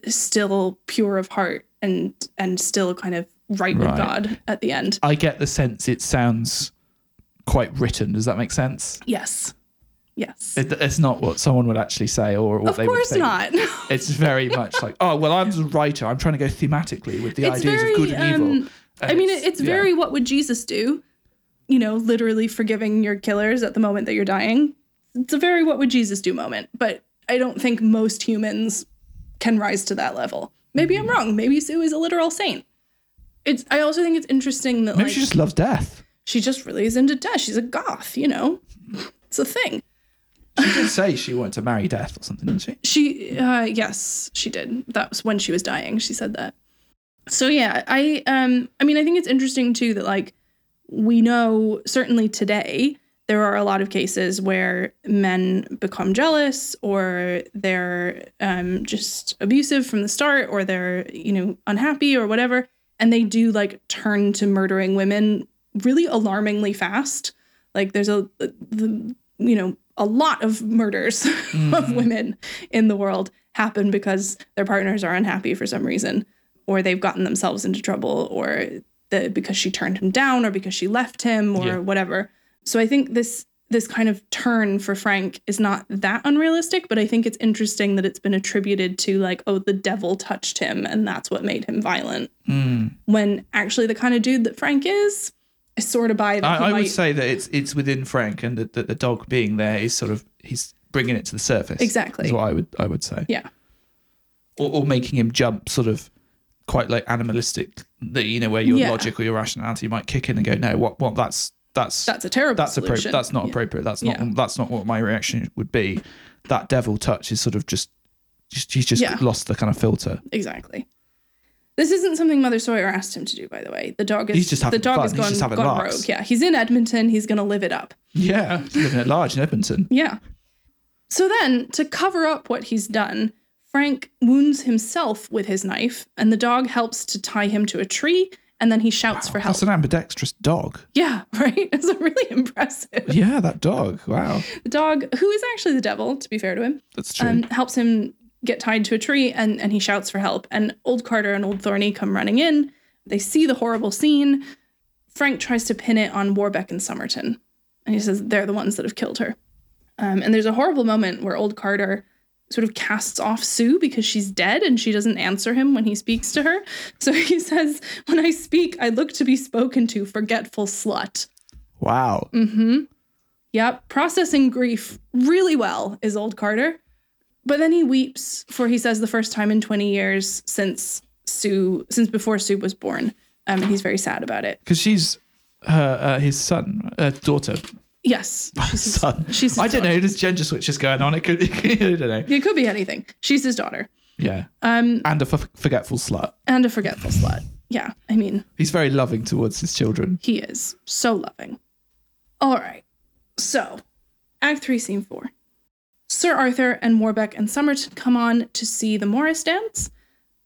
Speaker 1: still pure of heart and and still kind of right, with
Speaker 2: Right.
Speaker 1: God at the end.
Speaker 2: I get the sense it sounds quite written. Does that make sense?
Speaker 1: Yes. Yes.
Speaker 2: It, it's not what someone would actually say or what
Speaker 1: of
Speaker 2: they
Speaker 1: course
Speaker 2: would think.
Speaker 1: not.
Speaker 2: It's very much like, oh, well, I'm the writer. I'm trying to go thematically with the
Speaker 1: It's
Speaker 2: ideas
Speaker 1: very,
Speaker 2: of good and evil.
Speaker 1: um,
Speaker 2: And
Speaker 1: I mean, it- it's
Speaker 2: yeah.
Speaker 1: very what would Jesus do? You know, literally forgiving your killers at the moment that you're dying. It's a very what would Jesus do moment, but I don't think most humans can rise to that level. Maybe
Speaker 2: Mm-hmm.
Speaker 1: I'm wrong. Maybe Sue is a literal saint. It's. I also think it's interesting that
Speaker 2: Maybe
Speaker 1: like
Speaker 2: she just loves death.
Speaker 1: she just really is into death. She's a goth, you know. It's a thing.
Speaker 2: She did say she wanted to marry death or something, didn't she?
Speaker 1: She, uh, yes, she did. That was when she was dying. She said that. So yeah, I, um, I mean, I think it's interesting too that like we know certainly today there are a lot of cases where men become jealous or they're um, just abusive from the start or they're you know unhappy or whatever, and they do like turn to murdering women really alarmingly fast. Like there's a the, you know a lot of murders of women in the world happen because their partners are unhappy for some reason or they've gotten themselves into trouble or the because she turned him down or because she left him or
Speaker 2: Yeah.
Speaker 1: whatever. So I think this this kind of turn for Frank is not that unrealistic, but I think it's interesting that it's been attributed to like oh the devil touched him and that's what made him violent.
Speaker 2: Hmm.
Speaker 1: When actually the kind of dude that Frank is, I sort of buy that. he
Speaker 2: I, I
Speaker 1: might-
Speaker 2: would say that it's it's within Frank, and that, that the dog being there is sort of he's bringing it to the surface.
Speaker 1: Exactly.
Speaker 2: is what I would I would say,
Speaker 1: yeah.
Speaker 2: or, or making him jump, sort of quite like animalistic. That you know where your
Speaker 1: Yeah.
Speaker 2: logic or your rationality might kick in and go, no, what what that's that's
Speaker 1: That's a terrible
Speaker 2: that's appropriate.
Speaker 1: solution.
Speaker 2: That's not
Speaker 1: Yeah.
Speaker 2: appropriate. That's not
Speaker 1: Yeah.
Speaker 2: that's not what my reaction would be. That devil touch is sort of just. just- He's just
Speaker 1: Yeah.
Speaker 2: lost the kind of filter.
Speaker 1: Exactly. This isn't something Mother Sawyer asked him to do, by the way. The dog is
Speaker 2: He's just having
Speaker 1: the dog
Speaker 2: fun.
Speaker 1: is
Speaker 2: He's
Speaker 1: gone,
Speaker 2: just having
Speaker 1: gone
Speaker 2: larks.
Speaker 1: rogue. Yeah, he's in Edmonton. He's gonna live it up.
Speaker 2: Yeah, he's living at large in Edmonton.
Speaker 1: Yeah. So then, to cover up what he's done, Frank wounds himself with his knife, and the dog helps to tie him to a tree. And then he shouts for help.
Speaker 2: That's an ambidextrous dog.
Speaker 1: yeah, right. It's really impressive.
Speaker 2: Yeah, that dog. Wow,
Speaker 1: The dog, who is actually the devil, to be fair to him,
Speaker 2: that's true.
Speaker 1: um, helps him get tied to a tree and, and he shouts for help. And old Carter and old Thorny come running in. They see the horrible scene. Frank tries to pin it on Warbeck and Somerton, and he says they're the ones that have killed her. Um, and there's a horrible moment where old Carter sort of casts off Sue because she's dead and she doesn't answer him when he speaks to her. So he says, When I speak, I look to be spoken to, forgetful slut.
Speaker 2: Wow.
Speaker 1: mm. Yep, processing grief really well is old Carter. But then he weeps, for he says the first time in 20 years since Sue, since before Sue was born. Um, and he's very sad about it.
Speaker 2: Because she's her, uh, his son, uh, daughter,
Speaker 1: Yes, she's his,
Speaker 2: son.
Speaker 1: she's his
Speaker 2: I don't
Speaker 1: daughter.
Speaker 2: know. There's gender switches going on. It could. I don't know.
Speaker 1: It could be anything. She's his daughter
Speaker 2: Yeah. Um. And a f- forgetful slut.
Speaker 1: and a forgetful slut. Yeah, I mean,
Speaker 2: He's very loving towards his children.
Speaker 1: He is so loving. All right. So, Act 3, Scene 4. Sir Arthur and Warbeck and Somerton come on to see the Morris dance.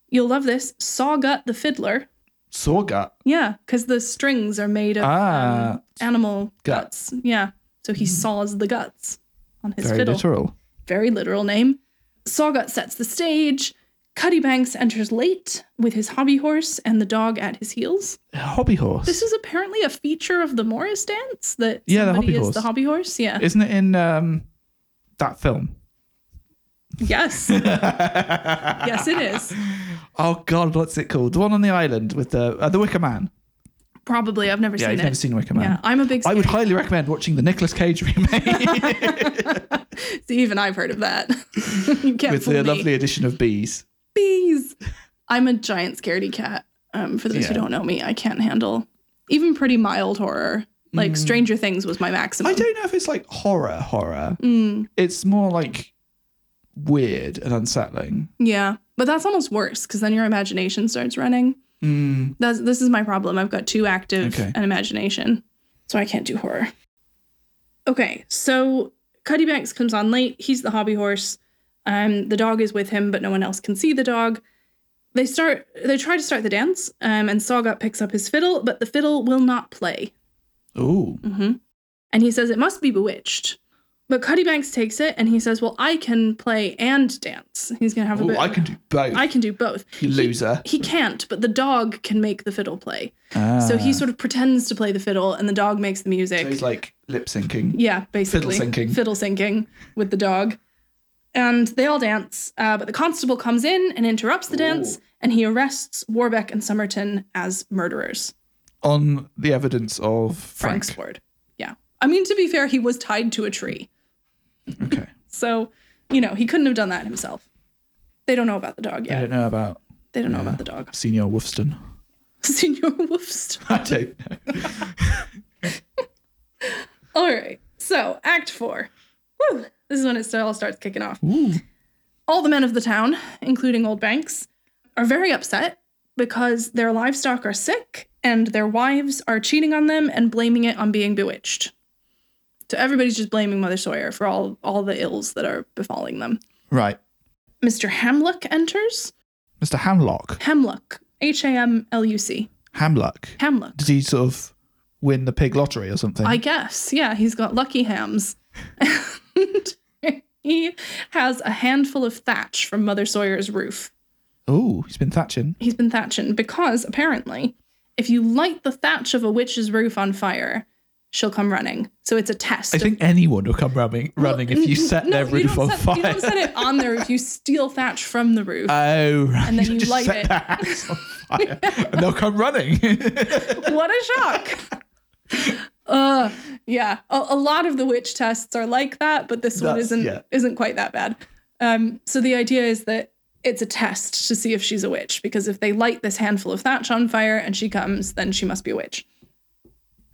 Speaker 1: You'll love this. Sawgut the fiddler.
Speaker 2: Sawgut.
Speaker 1: Yeah, because the strings are made of
Speaker 2: Ah.
Speaker 1: um, animal
Speaker 2: Gut. Mm-hmm.
Speaker 1: guts. Yeah. So he saws the guts on his
Speaker 2: Very
Speaker 1: fiddle.
Speaker 2: literal.
Speaker 1: Very literal name. Sawgut sets the stage. Cuddy Banks enters late with his hobby horse and the dog at his heels.
Speaker 2: Hobby horse.
Speaker 1: This is apparently a feature of the Morris dance that
Speaker 2: Yeah, the
Speaker 1: somebody
Speaker 2: hobby
Speaker 1: is
Speaker 2: horse.
Speaker 1: the hobby horse. Yeah.
Speaker 2: Isn't it in um that film?
Speaker 1: yes. yes, it is.
Speaker 2: Oh God, what's it called? The one on the island with the uh, the Wicker Man.
Speaker 1: Probably. I've never
Speaker 2: Yeah,
Speaker 1: seen
Speaker 2: you've
Speaker 1: it.
Speaker 2: never seen Wicker Man.
Speaker 1: yeah, I'm a big.
Speaker 2: I would
Speaker 1: scary-
Speaker 2: highly recommend watching the Nicolas Cage remake
Speaker 1: See, even I've heard of that. you can't
Speaker 2: with
Speaker 1: fool
Speaker 2: the
Speaker 1: me.
Speaker 2: lovely addition of bees.
Speaker 1: bees. I'm a giant scaredy cat. Um, for those who
Speaker 2: Yeah.
Speaker 1: don't know me, I can't handle even pretty mild horror. Like Stranger Things was my maximum.
Speaker 2: Mm.
Speaker 1: Mm,
Speaker 2: I don't know if it's like horror horror. It's more like weird and unsettling.
Speaker 1: Yeah, but that's almost worse because then your imagination starts running.
Speaker 2: Hmm.
Speaker 1: That's, this is my problem. I've got too active
Speaker 2: Okay.
Speaker 1: an imagination, so I can't do horror. Okay, so Cuddy Banks comes on late. He's the hobby horse. Um, the dog is with him, but no one else can see the dog. They start. They try to start the dance, um, and Sawgut picks up his fiddle, but the fiddle will not play,
Speaker 2: Ooh.
Speaker 1: and he says it must be bewitched. But Cuddy Banks takes it, and he says, "Well, I can play and dance. He's gonna have a
Speaker 2: Ooh,
Speaker 1: bit.
Speaker 2: I can do both.
Speaker 1: I can do both.
Speaker 2: you loser.
Speaker 1: He can't, but the dog can make the fiddle play. So he sort of pretends to play the fiddle and the dog makes the music.
Speaker 2: He's like lip syncing.
Speaker 1: yeah, basically.
Speaker 2: Fiddle syncing.
Speaker 1: Fiddle syncing with the dog. And they all dance, uh, but the constable comes in and interrupts the dance and he arrests Warbeck and Somerton as murderers.
Speaker 2: on the evidence of Frank.
Speaker 1: Frank's word. Yeah. I mean, to be fair, he was tied to a tree.
Speaker 2: Okay.
Speaker 1: So, you know, he couldn't have done that himself. They don't know about the dog
Speaker 2: I
Speaker 1: yet.
Speaker 2: don't know about
Speaker 1: They don't know about the dog.
Speaker 2: Senior Wolfston.
Speaker 1: Senor Wolfstone.
Speaker 2: I don't know.
Speaker 1: All right. So, Act Four. Woo! This is when it all starts kicking off. All the men of the town, including Old Banks, are very upset because their livestock are sick and their wives are cheating on them and blaming it on being bewitched. So everybody's just blaming Mother Sawyer for all all the ills that are befalling them.
Speaker 2: Right.
Speaker 1: Mr. Hamluck enters.
Speaker 2: Mr. Hamlock.
Speaker 1: Hamluck. H A M L U C.
Speaker 2: Hamlock.
Speaker 1: Hamluck.
Speaker 2: Did he sort of win the pig lottery or something?
Speaker 1: I guess. Yeah, he's got lucky hams. and he has a handful of thatch from Mother Sawyer's roof.
Speaker 2: Oh, he's been thatching.
Speaker 1: He's been thatching because apparently, if you light the thatch of a witch's roof on fire, she'll come running. So it's a test.
Speaker 2: I think anyone will come running, running if you set
Speaker 1: no,
Speaker 2: their
Speaker 1: you
Speaker 2: roof
Speaker 1: don't
Speaker 2: on
Speaker 1: set,
Speaker 2: fire.
Speaker 1: You don't set it on their roof. You steal thatch from the roof.
Speaker 2: Oh, right.
Speaker 1: And then you
Speaker 2: Just
Speaker 1: light
Speaker 2: set
Speaker 1: it.
Speaker 2: their house on fire and they'll come running.
Speaker 1: what a shock. Uh, yeah. A, a lot of the witch tests are like that, but this one
Speaker 2: That's-
Speaker 1: isn't
Speaker 2: yeah.
Speaker 1: isn't quite that bad. Um, so the idea is that it's a test to see if she's a witch, because if they light this handful of thatch on fire and she comes, then she must be a witch.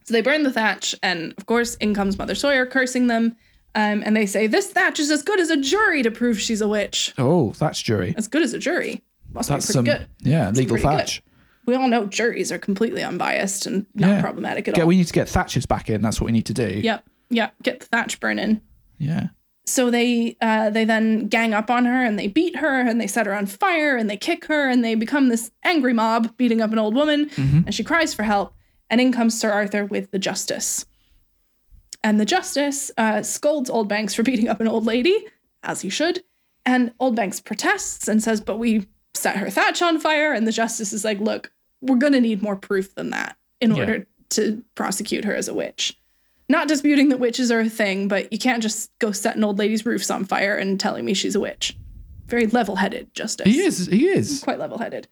Speaker 1: So they burn the thatch, and of course, in comes Mother Sawyer cursing them. Um, and they say, This thatch is as good as a jury to prove she's a witch.
Speaker 2: oh, thatch jury.
Speaker 1: As good as a jury. Must
Speaker 2: That's
Speaker 1: be
Speaker 2: some,
Speaker 1: pretty good.
Speaker 2: yeah, legal
Speaker 1: pretty good.
Speaker 2: thatch.
Speaker 1: We all know juries are completely unbiased and not
Speaker 2: Yeah.
Speaker 1: problematic at
Speaker 2: Get,
Speaker 1: all.
Speaker 2: we need to get thatchers back in. That's what we need to do.
Speaker 1: Yep. Yep. Get the thatch burning.
Speaker 2: Yeah.
Speaker 1: So they uh, they then gang up on her and they beat her and they set her on fire and they kick her and they become this angry mob beating up an old woman and she cries for help and in comes Sir Arthur with the justice. And the justice uh, scolds Old Banks for beating up an old lady, as he should. And Old Banks protests and says, "But we set her thatch on fire." And the justice is like, "Look, we're gonna need more proof than that in
Speaker 2: Yeah.
Speaker 1: order to prosecute her as a witch. Not disputing that witches are a thing, but you can't just go setting old ladies' roofs on fire and telling me she's a witch. Very level headed justice.
Speaker 2: He is. He is.
Speaker 1: Quite level headed.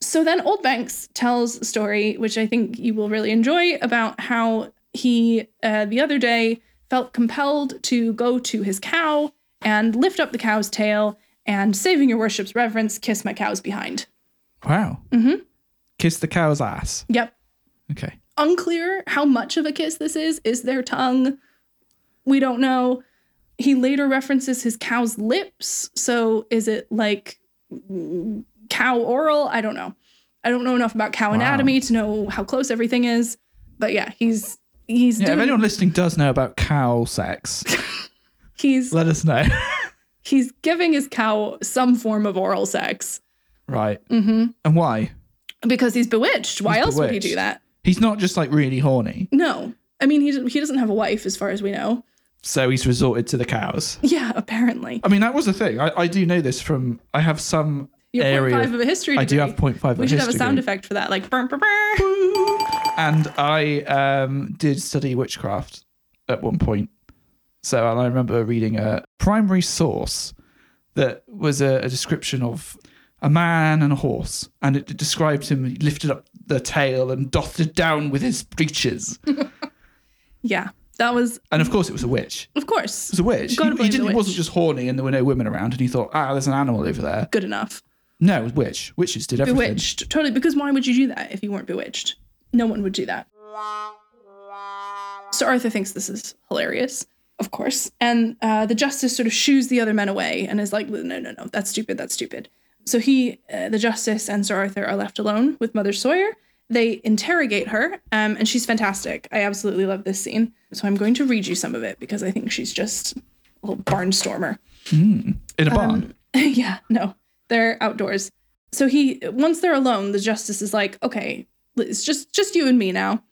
Speaker 1: So then Old Banks tells a story, which I think you will really enjoy, about how he, uh, the other day, felt compelled to go to his cow and lift up the cow's tail and, saving your worship's reverence, kiss my cow's behind.
Speaker 2: Wow.
Speaker 1: Mhm.
Speaker 2: Kiss the cow's ass.
Speaker 1: Yep.
Speaker 2: Okay.
Speaker 1: unclear how much of a kiss this is. Is their tongue? We don't know. He later references his cow's lips. So is it like mm, cow oral? I don't know. I don't know enough about cow
Speaker 2: Wow.
Speaker 1: anatomy to know how close everything is. But yeah, he's he's
Speaker 2: Yeah. If
Speaker 1: doing,
Speaker 2: anyone listening does know about cow sex,
Speaker 1: he's
Speaker 2: let us know.
Speaker 1: he's giving his cow some form of oral sex
Speaker 2: right. Mm-hmm. And why?
Speaker 1: because he's bewitched. Why
Speaker 2: He's
Speaker 1: else would he do
Speaker 2: bewitched.
Speaker 1: that?
Speaker 2: He's not just like really horny,
Speaker 1: No. I mean, he, he doesn't have a wife, as far as we know.
Speaker 2: so he's resorted to the cows.
Speaker 1: Yeah, apparently.
Speaker 2: I mean, that was a thing. I, I do know this from. I have some
Speaker 1: You're
Speaker 2: area.
Speaker 1: 0.5 of a history degree.
Speaker 2: I do have 0.5 of
Speaker 1: We should have a
Speaker 2: history.
Speaker 1: sound effect for that, like burr, burr, burr.
Speaker 2: and I um, did study witchcraft at one point. So and I remember reading a primary source that was a, a description of a man and a horse, and it described him. He lifted up the tail and doffed it down with his breeches,
Speaker 1: Yeah, that was,
Speaker 2: and of course it was a witch. It
Speaker 1: of course,
Speaker 2: was a witch. He,
Speaker 1: Gotta
Speaker 2: he
Speaker 1: blame the
Speaker 2: didn't. He
Speaker 1: witch.
Speaker 2: wasn't just horny, and there were no women around, and he thought, ah, there's an animal over there.
Speaker 1: good enough.
Speaker 2: No, it was witch. Witches did everything.
Speaker 1: Bewitched, totally. Because why would you do that if you weren't bewitched? No one would do that. Sir Arthur thinks this is hilarious, of course, and uh, the justice sort of shoos the other men away and is like, "No, no, no, that's stupid. That's stupid." So he, uh, the justice, and Sir Arthur are left alone with Mother Sawyer. They interrogate her, um, and she's fantastic. I absolutely love this scene. So I'm going to read you some of it because I think she's just a little barnstormer.
Speaker 2: in a
Speaker 1: Um,
Speaker 2: barn.
Speaker 1: yeah, no, they're outdoors. So he once they're alone, the justice is like, "Okay, it's just just you and me now.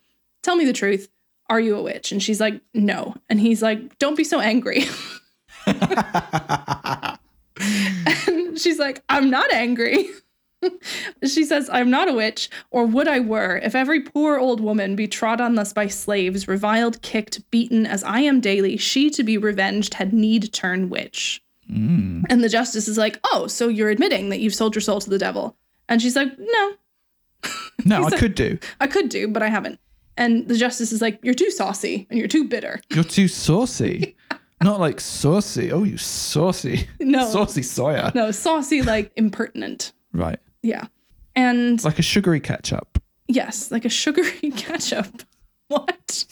Speaker 1: Tell me the truth. Are you a witch?" And she's like, "No." And he's like, "Don't be so angry." and she's like, "I'm not angry." she says, "I'm not a witch, or would I were, if every poor old woman be trod on thus by slaves, reviled, kicked, beaten as I am daily, she to be revenged had need turn witch." And the justice is like, Oh, so you're admitting that you've sold your soul to the devil. And she's like, No,
Speaker 2: No, I could do.
Speaker 1: I could do, but I haven't. And the justice is like, You're too saucy and you're too bitter.
Speaker 2: You're too saucy. Not like saucy. Oh, you saucy.
Speaker 1: No.
Speaker 2: Saucy Sawyer.
Speaker 1: No, saucy, like impertinent.
Speaker 2: Right.
Speaker 1: Yeah. And
Speaker 2: It's like a sugary ketchup.
Speaker 1: yes, like a sugary ketchup. What?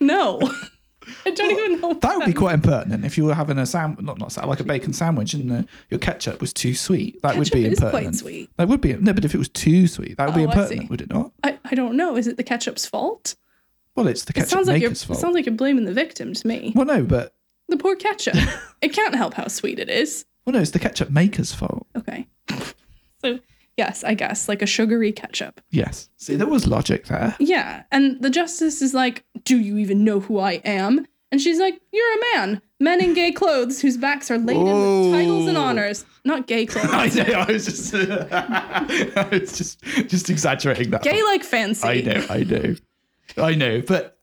Speaker 1: No. I don't even know.
Speaker 2: That would be quite impertinent if you were having a sandwich, not, not sand- like a bacon sandwich and uh, your ketchup was too sweet. That would be
Speaker 1: Ketchup is quite
Speaker 2: impertinent.
Speaker 1: sweet.
Speaker 2: That would be, no, but if it was too sweet, that would be
Speaker 1: Oh, I see.
Speaker 2: impertinent, would it not?
Speaker 1: I, I don't know. Is it the ketchup's fault?
Speaker 2: Well, it's the ketchup
Speaker 1: sounds like you're
Speaker 2: maker's
Speaker 1: it
Speaker 2: fault.
Speaker 1: sounds like you're blaming the victim to me.
Speaker 2: well, no, but,
Speaker 1: The poor ketchup. it can't help how sweet it is.
Speaker 2: well, no, it's the ketchup maker's fault.
Speaker 1: Okay. so, yes, I guess, like a sugary ketchup.
Speaker 2: Yes. See, there was logic there.
Speaker 1: Yeah. And the justice is like, Do you even know who I am? And she's like, You're a man, men in gay clothes whose backs are laden with titles and
Speaker 2: Whoa.
Speaker 1: honors. Not gay clothes.
Speaker 2: I know, I was just, I was just, just exaggerating that.
Speaker 1: gay like fancy.
Speaker 2: I know, I know, I know. But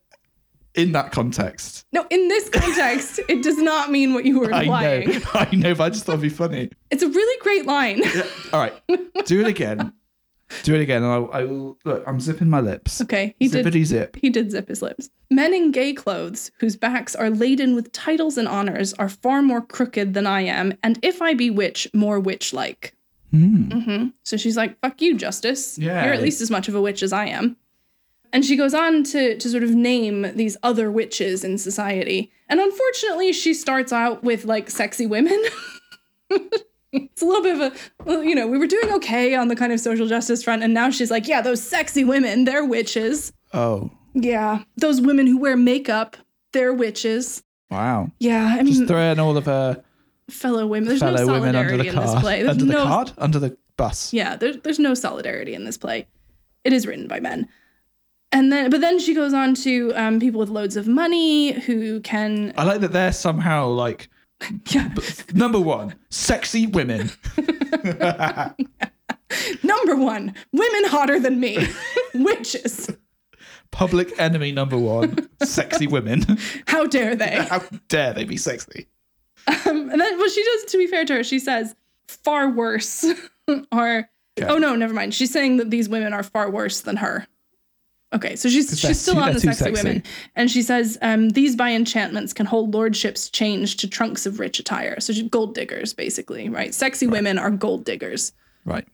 Speaker 2: in that context,
Speaker 1: No, in this context, it does not mean what you were
Speaker 2: I
Speaker 1: implying.
Speaker 2: know, I know. But I just thought it'd be funny.
Speaker 1: It's a really great line.
Speaker 2: All right, do it again. Do it again, and I, I will look. I'm zipping my lips.
Speaker 1: okay. He did
Speaker 2: Zippity zip.
Speaker 1: He did zip his lips. Men in gay clothes, whose backs are laden with titles and honors, are far more crooked than I am, and if I be witch, more witch like. hmm So she's like, fuck you, Justice.
Speaker 2: Yeah.
Speaker 1: You're at least as much of a witch as I am. And she goes on to, to sort of name these other witches in society. And unfortunately, she starts out with like sexy women. it's a little bit of a, well, you know, we were doing okay on the kind of social justice front. And now she's like, yeah, those sexy women, they're witches.
Speaker 2: Oh,
Speaker 1: Yeah. Those women who wear makeup, they're witches.
Speaker 2: wow!
Speaker 1: Yeah, I mean,
Speaker 2: Just throwing all of her
Speaker 1: fellow women. Mm. There's
Speaker 2: fellow
Speaker 1: no
Speaker 2: women
Speaker 1: solidarity
Speaker 2: under the
Speaker 1: in
Speaker 2: car,
Speaker 1: this play. There's
Speaker 2: under the
Speaker 1: no,
Speaker 2: card, under the bus.
Speaker 1: Yeah, there, there's no solidarity in this play. It is written by men. And then, but then she goes on to um, people with loads of money who can,
Speaker 2: I like that they're somehow like
Speaker 1: yeah,
Speaker 2: number one, sexy women.
Speaker 1: number one, women hotter than me, witches.
Speaker 2: Public enemy number one: sexy women.
Speaker 1: How dare they?
Speaker 2: How dare they be sexy?
Speaker 1: Um, and then, well, she does, to be fair to her, she says, far worse are.
Speaker 2: Yeah.
Speaker 1: Oh, no, never mind. She's saying that these women are far worse than her. Okay, so she's,
Speaker 2: they're-
Speaker 1: she's still on
Speaker 2: they're
Speaker 1: the
Speaker 2: too
Speaker 1: sexy,
Speaker 2: sexy.
Speaker 1: women. And she says, um, these by enchantments can hold lordships changed to trunks of rich attire. So she's gold diggers, basically, right? Sexy women are gold diggers.
Speaker 2: Right.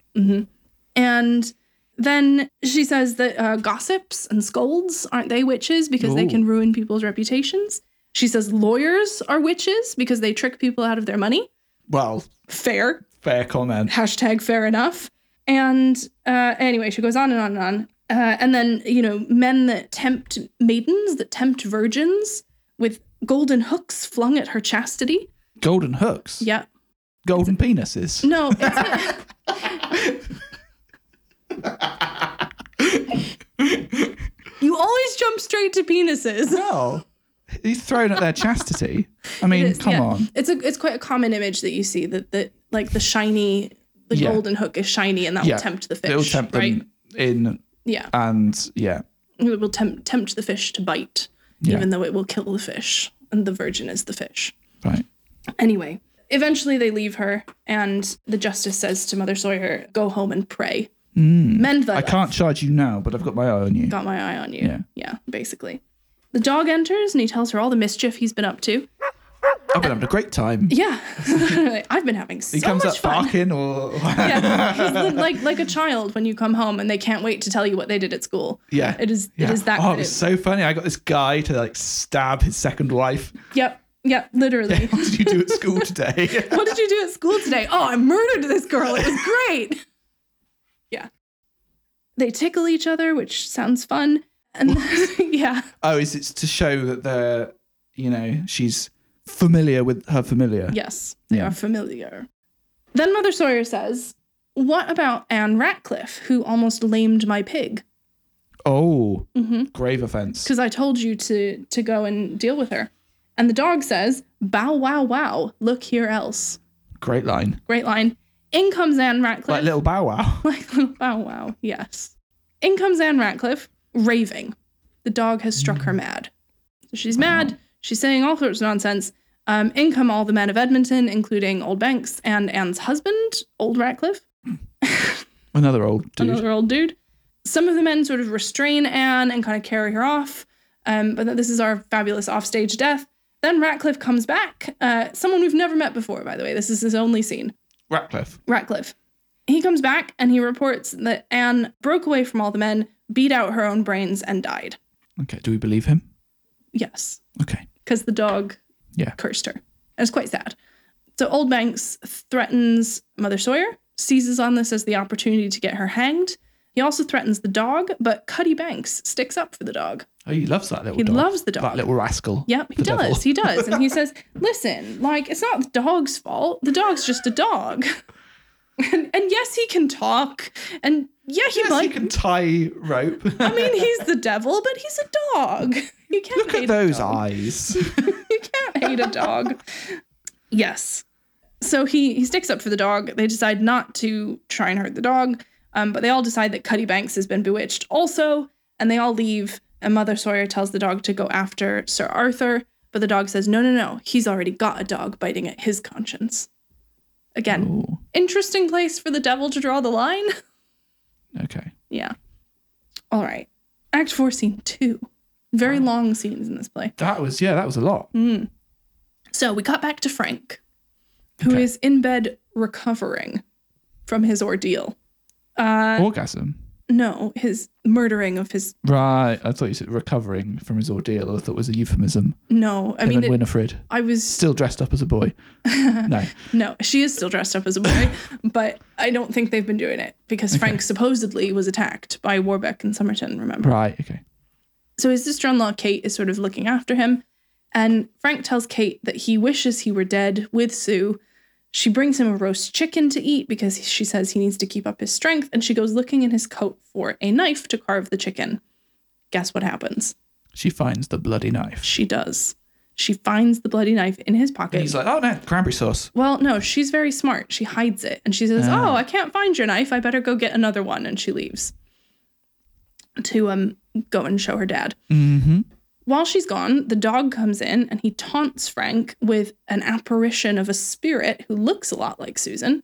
Speaker 1: And then she says that uh, gossips and scolds aren't they witches because they
Speaker 2: Ooh.
Speaker 1: can ruin people's reputations. She says lawyers are witches because they trick people out of their money.
Speaker 2: Well,
Speaker 1: Fair.
Speaker 2: fair comment.
Speaker 1: Hashtag fair enough. And uh, anyway, she goes on and on and on. Uh, and then, you know, men that tempt maidens, that tempt virgins with golden hooks flung at her chastity.
Speaker 2: Golden hooks.
Speaker 1: Yeah.
Speaker 2: Golden penises.
Speaker 1: No, it's, you always jump straight to penises.
Speaker 2: Well, he's thrown at their chastity. I mean,
Speaker 1: It's-
Speaker 2: come
Speaker 1: yeah.
Speaker 2: on.
Speaker 1: It's a it's quite a common image that you see that that like the shiny the
Speaker 2: Yeah.
Speaker 1: golden hook is shiny and that
Speaker 2: Yeah.
Speaker 1: will tempt the fish.
Speaker 2: It'll tempt them
Speaker 1: right?
Speaker 2: in,
Speaker 1: Yeah.
Speaker 2: and yeah,
Speaker 1: It will tempt tempt the fish to bite,
Speaker 2: Yeah.
Speaker 1: even though it will kill the fish. And the virgin is the fish.
Speaker 2: right.
Speaker 1: Anyway, eventually they leave her and the justice says to Mother Sawyer, Go home and pray. Mend thy
Speaker 2: Mm. I
Speaker 1: life."
Speaker 2: can't charge you now, but I've got my eye on you.
Speaker 1: got my eye on you.
Speaker 2: Yeah.
Speaker 1: basically. The dog enters and he tells her all the mischief he's been up to.
Speaker 2: I've been having a great time.
Speaker 1: Yeah. I've been having so
Speaker 2: he comes
Speaker 1: much
Speaker 2: up
Speaker 1: fun.
Speaker 2: barking, or
Speaker 1: yeah, he's li- like like a child when you come home and they can't wait to tell you what they did at school.
Speaker 2: yeah,
Speaker 1: it is
Speaker 2: Yeah.
Speaker 1: it is that.
Speaker 2: Oh, it
Speaker 1: good.
Speaker 2: was so funny. I got this guy to like stab his second wife.
Speaker 1: yep, yep, literally.
Speaker 2: what did you do at school today?
Speaker 1: what did you do at school today? Oh, I murdered this girl. It was great. yeah, they tickle each other, which sounds fun. And yeah,
Speaker 2: oh, is it's to show that they're, you know, she's familiar with her familiar.
Speaker 1: yes, they
Speaker 2: Yeah.
Speaker 1: are familiar. Then Mother Sawyer says, "What about Anne Ratcliffe, who almost lamed my pig?
Speaker 2: Oh,
Speaker 1: Mm-hmm.
Speaker 2: grave offence.
Speaker 1: because I told you to to go and deal with her. And the dog says, "Bow wow wow, look here else."
Speaker 2: Great line.
Speaker 1: Great line. In comes Anne
Speaker 2: Like
Speaker 1: Ratcliffe.
Speaker 2: little bow wow.
Speaker 1: Like little bow wow, yes. In comes Anne Ratcliffe, raving. The dog has struck her mad. So she's mad. She's saying all sorts of nonsense. Um, in come all the men of Edmonton, including Old Banks and Anne's husband, Old Ratcliffe.
Speaker 2: Another old dude.
Speaker 1: another old dude. Some of the men sort of restrain Anne and kind of carry her off. Um, but this is our fabulous offstage death. Then Ratcliffe comes back, uh, someone we've never met before, by the way. This is his only scene.
Speaker 2: Ratcliffe.
Speaker 1: Ratcliffe. He comes back and he reports that Anne broke away from all the men, beat out her own brains, and died.
Speaker 2: Okay, do we believe him?
Speaker 1: Yes,
Speaker 2: Okay.
Speaker 1: because the dog
Speaker 2: Yeah.
Speaker 1: cursed her. And it's quite sad. So Old Banks threatens Mother Sawyer, seizes on this as the opportunity to get her hanged. He also threatens the dog, but Cuddy Banks sticks up for the dog.
Speaker 2: Oh, he loves that little
Speaker 1: He
Speaker 2: dog.
Speaker 1: loves the dog.
Speaker 2: That little rascal.
Speaker 1: Yep, he
Speaker 2: The
Speaker 1: does.
Speaker 2: devil.
Speaker 1: He does. And he says, Listen, like, it's not the dog's fault. The dog's just a dog. And, and yes, he can talk. And yeah, he
Speaker 2: Yes,
Speaker 1: might.
Speaker 2: he can tie rope.
Speaker 1: I mean, he's the devil, but he's a dog. You can't
Speaker 2: Look
Speaker 1: hate
Speaker 2: at
Speaker 1: a
Speaker 2: those
Speaker 1: dog.
Speaker 2: eyes.
Speaker 1: you can't hate a dog. Yes. So he he sticks up for the dog. They decide not to try and hurt the dog, um, but they all decide that Cuddy Banks has been bewitched also, and they all leave. And Mother Sawyer tells the dog to go after Sir Arthur, but the dog says, "No, no, no. He's already got a dog biting at his conscience." Again,
Speaker 2: Ooh,
Speaker 1: interesting place for the devil to draw the line.
Speaker 2: okay.
Speaker 1: yeah. All right. Act four, scene two. Very long scenes in this play.
Speaker 2: That was yeah, that was a lot.
Speaker 1: So we got back to Frank, who is
Speaker 2: Okay.
Speaker 1: in bed recovering from his ordeal.
Speaker 2: Orgasm.
Speaker 1: No, his murdering of his.
Speaker 2: Right. I thought you said recovering from his ordeal. I thought it was a euphemism.
Speaker 1: No, I
Speaker 2: Him
Speaker 1: mean,
Speaker 2: and
Speaker 1: it-
Speaker 2: Winifred.
Speaker 1: I was.
Speaker 2: Still dressed up as a boy. no.
Speaker 1: No, she is still dressed up as a boy, but I don't think they've been doing it because Frank supposedly was attacked by Warbeck and Somerton, remember?
Speaker 2: Right, okay.
Speaker 1: So his sister in law, Kate, is sort of looking after him. And Frank tells Kate that he wishes he were dead with Sue. She brings him a roast chicken to eat because she says he needs to keep up his strength. And she goes looking in his coat for a knife to carve the chicken. Guess what happens?
Speaker 2: She finds the bloody knife.
Speaker 1: She does. She finds the bloody knife in his pocket.
Speaker 2: He's like, oh no, cranberry sauce.
Speaker 1: well, no, she's very smart. She "Oh, hides it and she says, Oh, I can't find your knife. I better go get another one. And she leaves. to um go and show her dad. Mm-hmm. While she's gone, the dog comes in and he taunts Frank with an apparition of a spirit who looks a lot like Susan.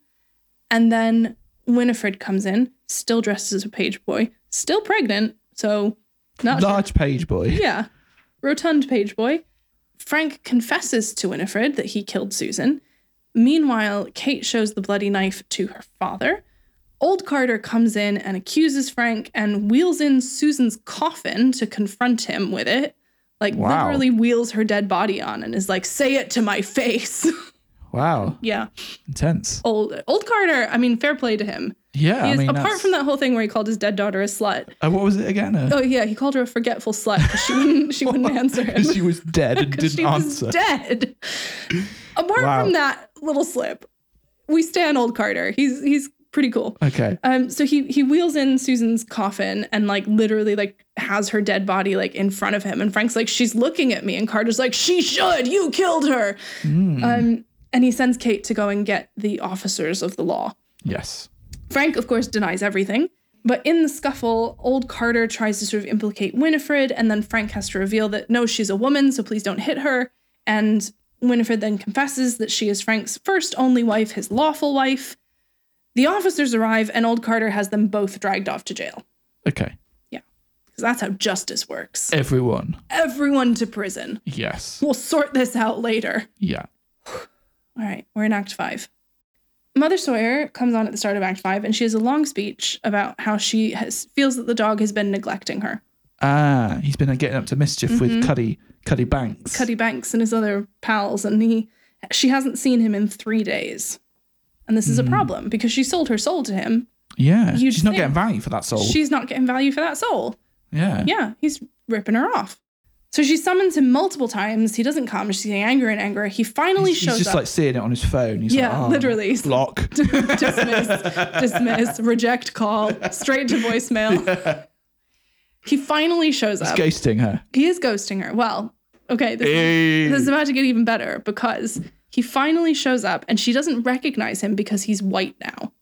Speaker 1: And then Winifred comes in, still dressed as a page boy, still pregnant, so not sure.
Speaker 2: Large page boy.
Speaker 1: Yeah. Rotund page boy. Frank confesses to Winifred that he killed Susan. Meanwhile, Kate shows the bloody knife to her father. Old Carter comes in and accuses Frank and wheels in Susan's coffin to confront him with it. Like,
Speaker 2: Wow.
Speaker 1: literally wheels her dead body on and is like, say it to my face.
Speaker 2: Wow.
Speaker 1: yeah.
Speaker 2: Intense.
Speaker 1: Old old Carter, I mean, fair play to him.
Speaker 2: Yeah.
Speaker 1: He
Speaker 2: I
Speaker 1: is,
Speaker 2: mean,
Speaker 1: apart
Speaker 2: that's-
Speaker 1: from that whole thing where he called his dead daughter a slut.
Speaker 2: Uh, what was it again? Uh,
Speaker 1: Oh yeah, he called her a forgetful slut because she wouldn't she wouldn't answer him.
Speaker 2: she was dead and
Speaker 1: 'Cause
Speaker 2: didn't
Speaker 1: she
Speaker 2: answer.
Speaker 1: was dead. Apart
Speaker 2: Wow.
Speaker 1: from that little slip, we stand old Carter. He's he's pretty cool.
Speaker 2: Okay.
Speaker 1: Um, so he he wheels in Susan's coffin and like literally like has her dead body like in front of him, and Frank's like she's looking at me, and Carter's like she should, you killed her.
Speaker 2: Mm.
Speaker 1: Um, and he sends Kate to go and get the officers of the law.
Speaker 2: yes.
Speaker 1: Frank, of course, denies everything. But in the scuffle, old Carter tries to sort of implicate Winifred, and then Frank has to reveal that no, she's a woman, so please don't hit her. And Winifred then confesses that she is Frank's first only wife, his lawful wife. The officers arrive, and old Carter has them both dragged off to jail.
Speaker 2: Okay.
Speaker 1: Because that's how justice works.
Speaker 2: Everyone.
Speaker 1: Everyone to prison.
Speaker 2: Yes.
Speaker 1: We'll sort this out later.
Speaker 2: Yeah.
Speaker 1: All right, we're in Act Five. Mother Sawyer comes on at the start of Act Five, and she has a long speech about how she has feels that the dog has been neglecting her.
Speaker 2: Ah, he's been uh, getting up to mischief with Cuddy Cuddy Banks.
Speaker 1: Mm-hmm. Cuddy Banks and his other pals, and he she hasn't seen him in three days, and this is
Speaker 2: Hmm.
Speaker 1: a problem because she sold her soul to him.
Speaker 2: Yeah.
Speaker 1: You'd
Speaker 2: She's not
Speaker 1: think-
Speaker 2: getting value for that soul.
Speaker 1: She's not getting value for that soul.
Speaker 2: yeah.
Speaker 1: Yeah, he's ripping her off. So she summons him multiple times. He doesn't come. She's getting angrier and angrier. He finally
Speaker 2: He's, he's
Speaker 1: shows
Speaker 2: just
Speaker 1: up.
Speaker 2: like seeing it on his phone. He's
Speaker 1: yeah,
Speaker 2: like, "Oh,
Speaker 1: literally.
Speaker 2: Block.
Speaker 1: dismiss, dismiss, reject call, straight to voicemail. He finally shows up.
Speaker 2: Ghosting her.
Speaker 1: He is ghosting her. Well, okay, this,
Speaker 2: Hey.
Speaker 1: this is about to get even better because he finally shows up and she doesn't recognize him because he's white now.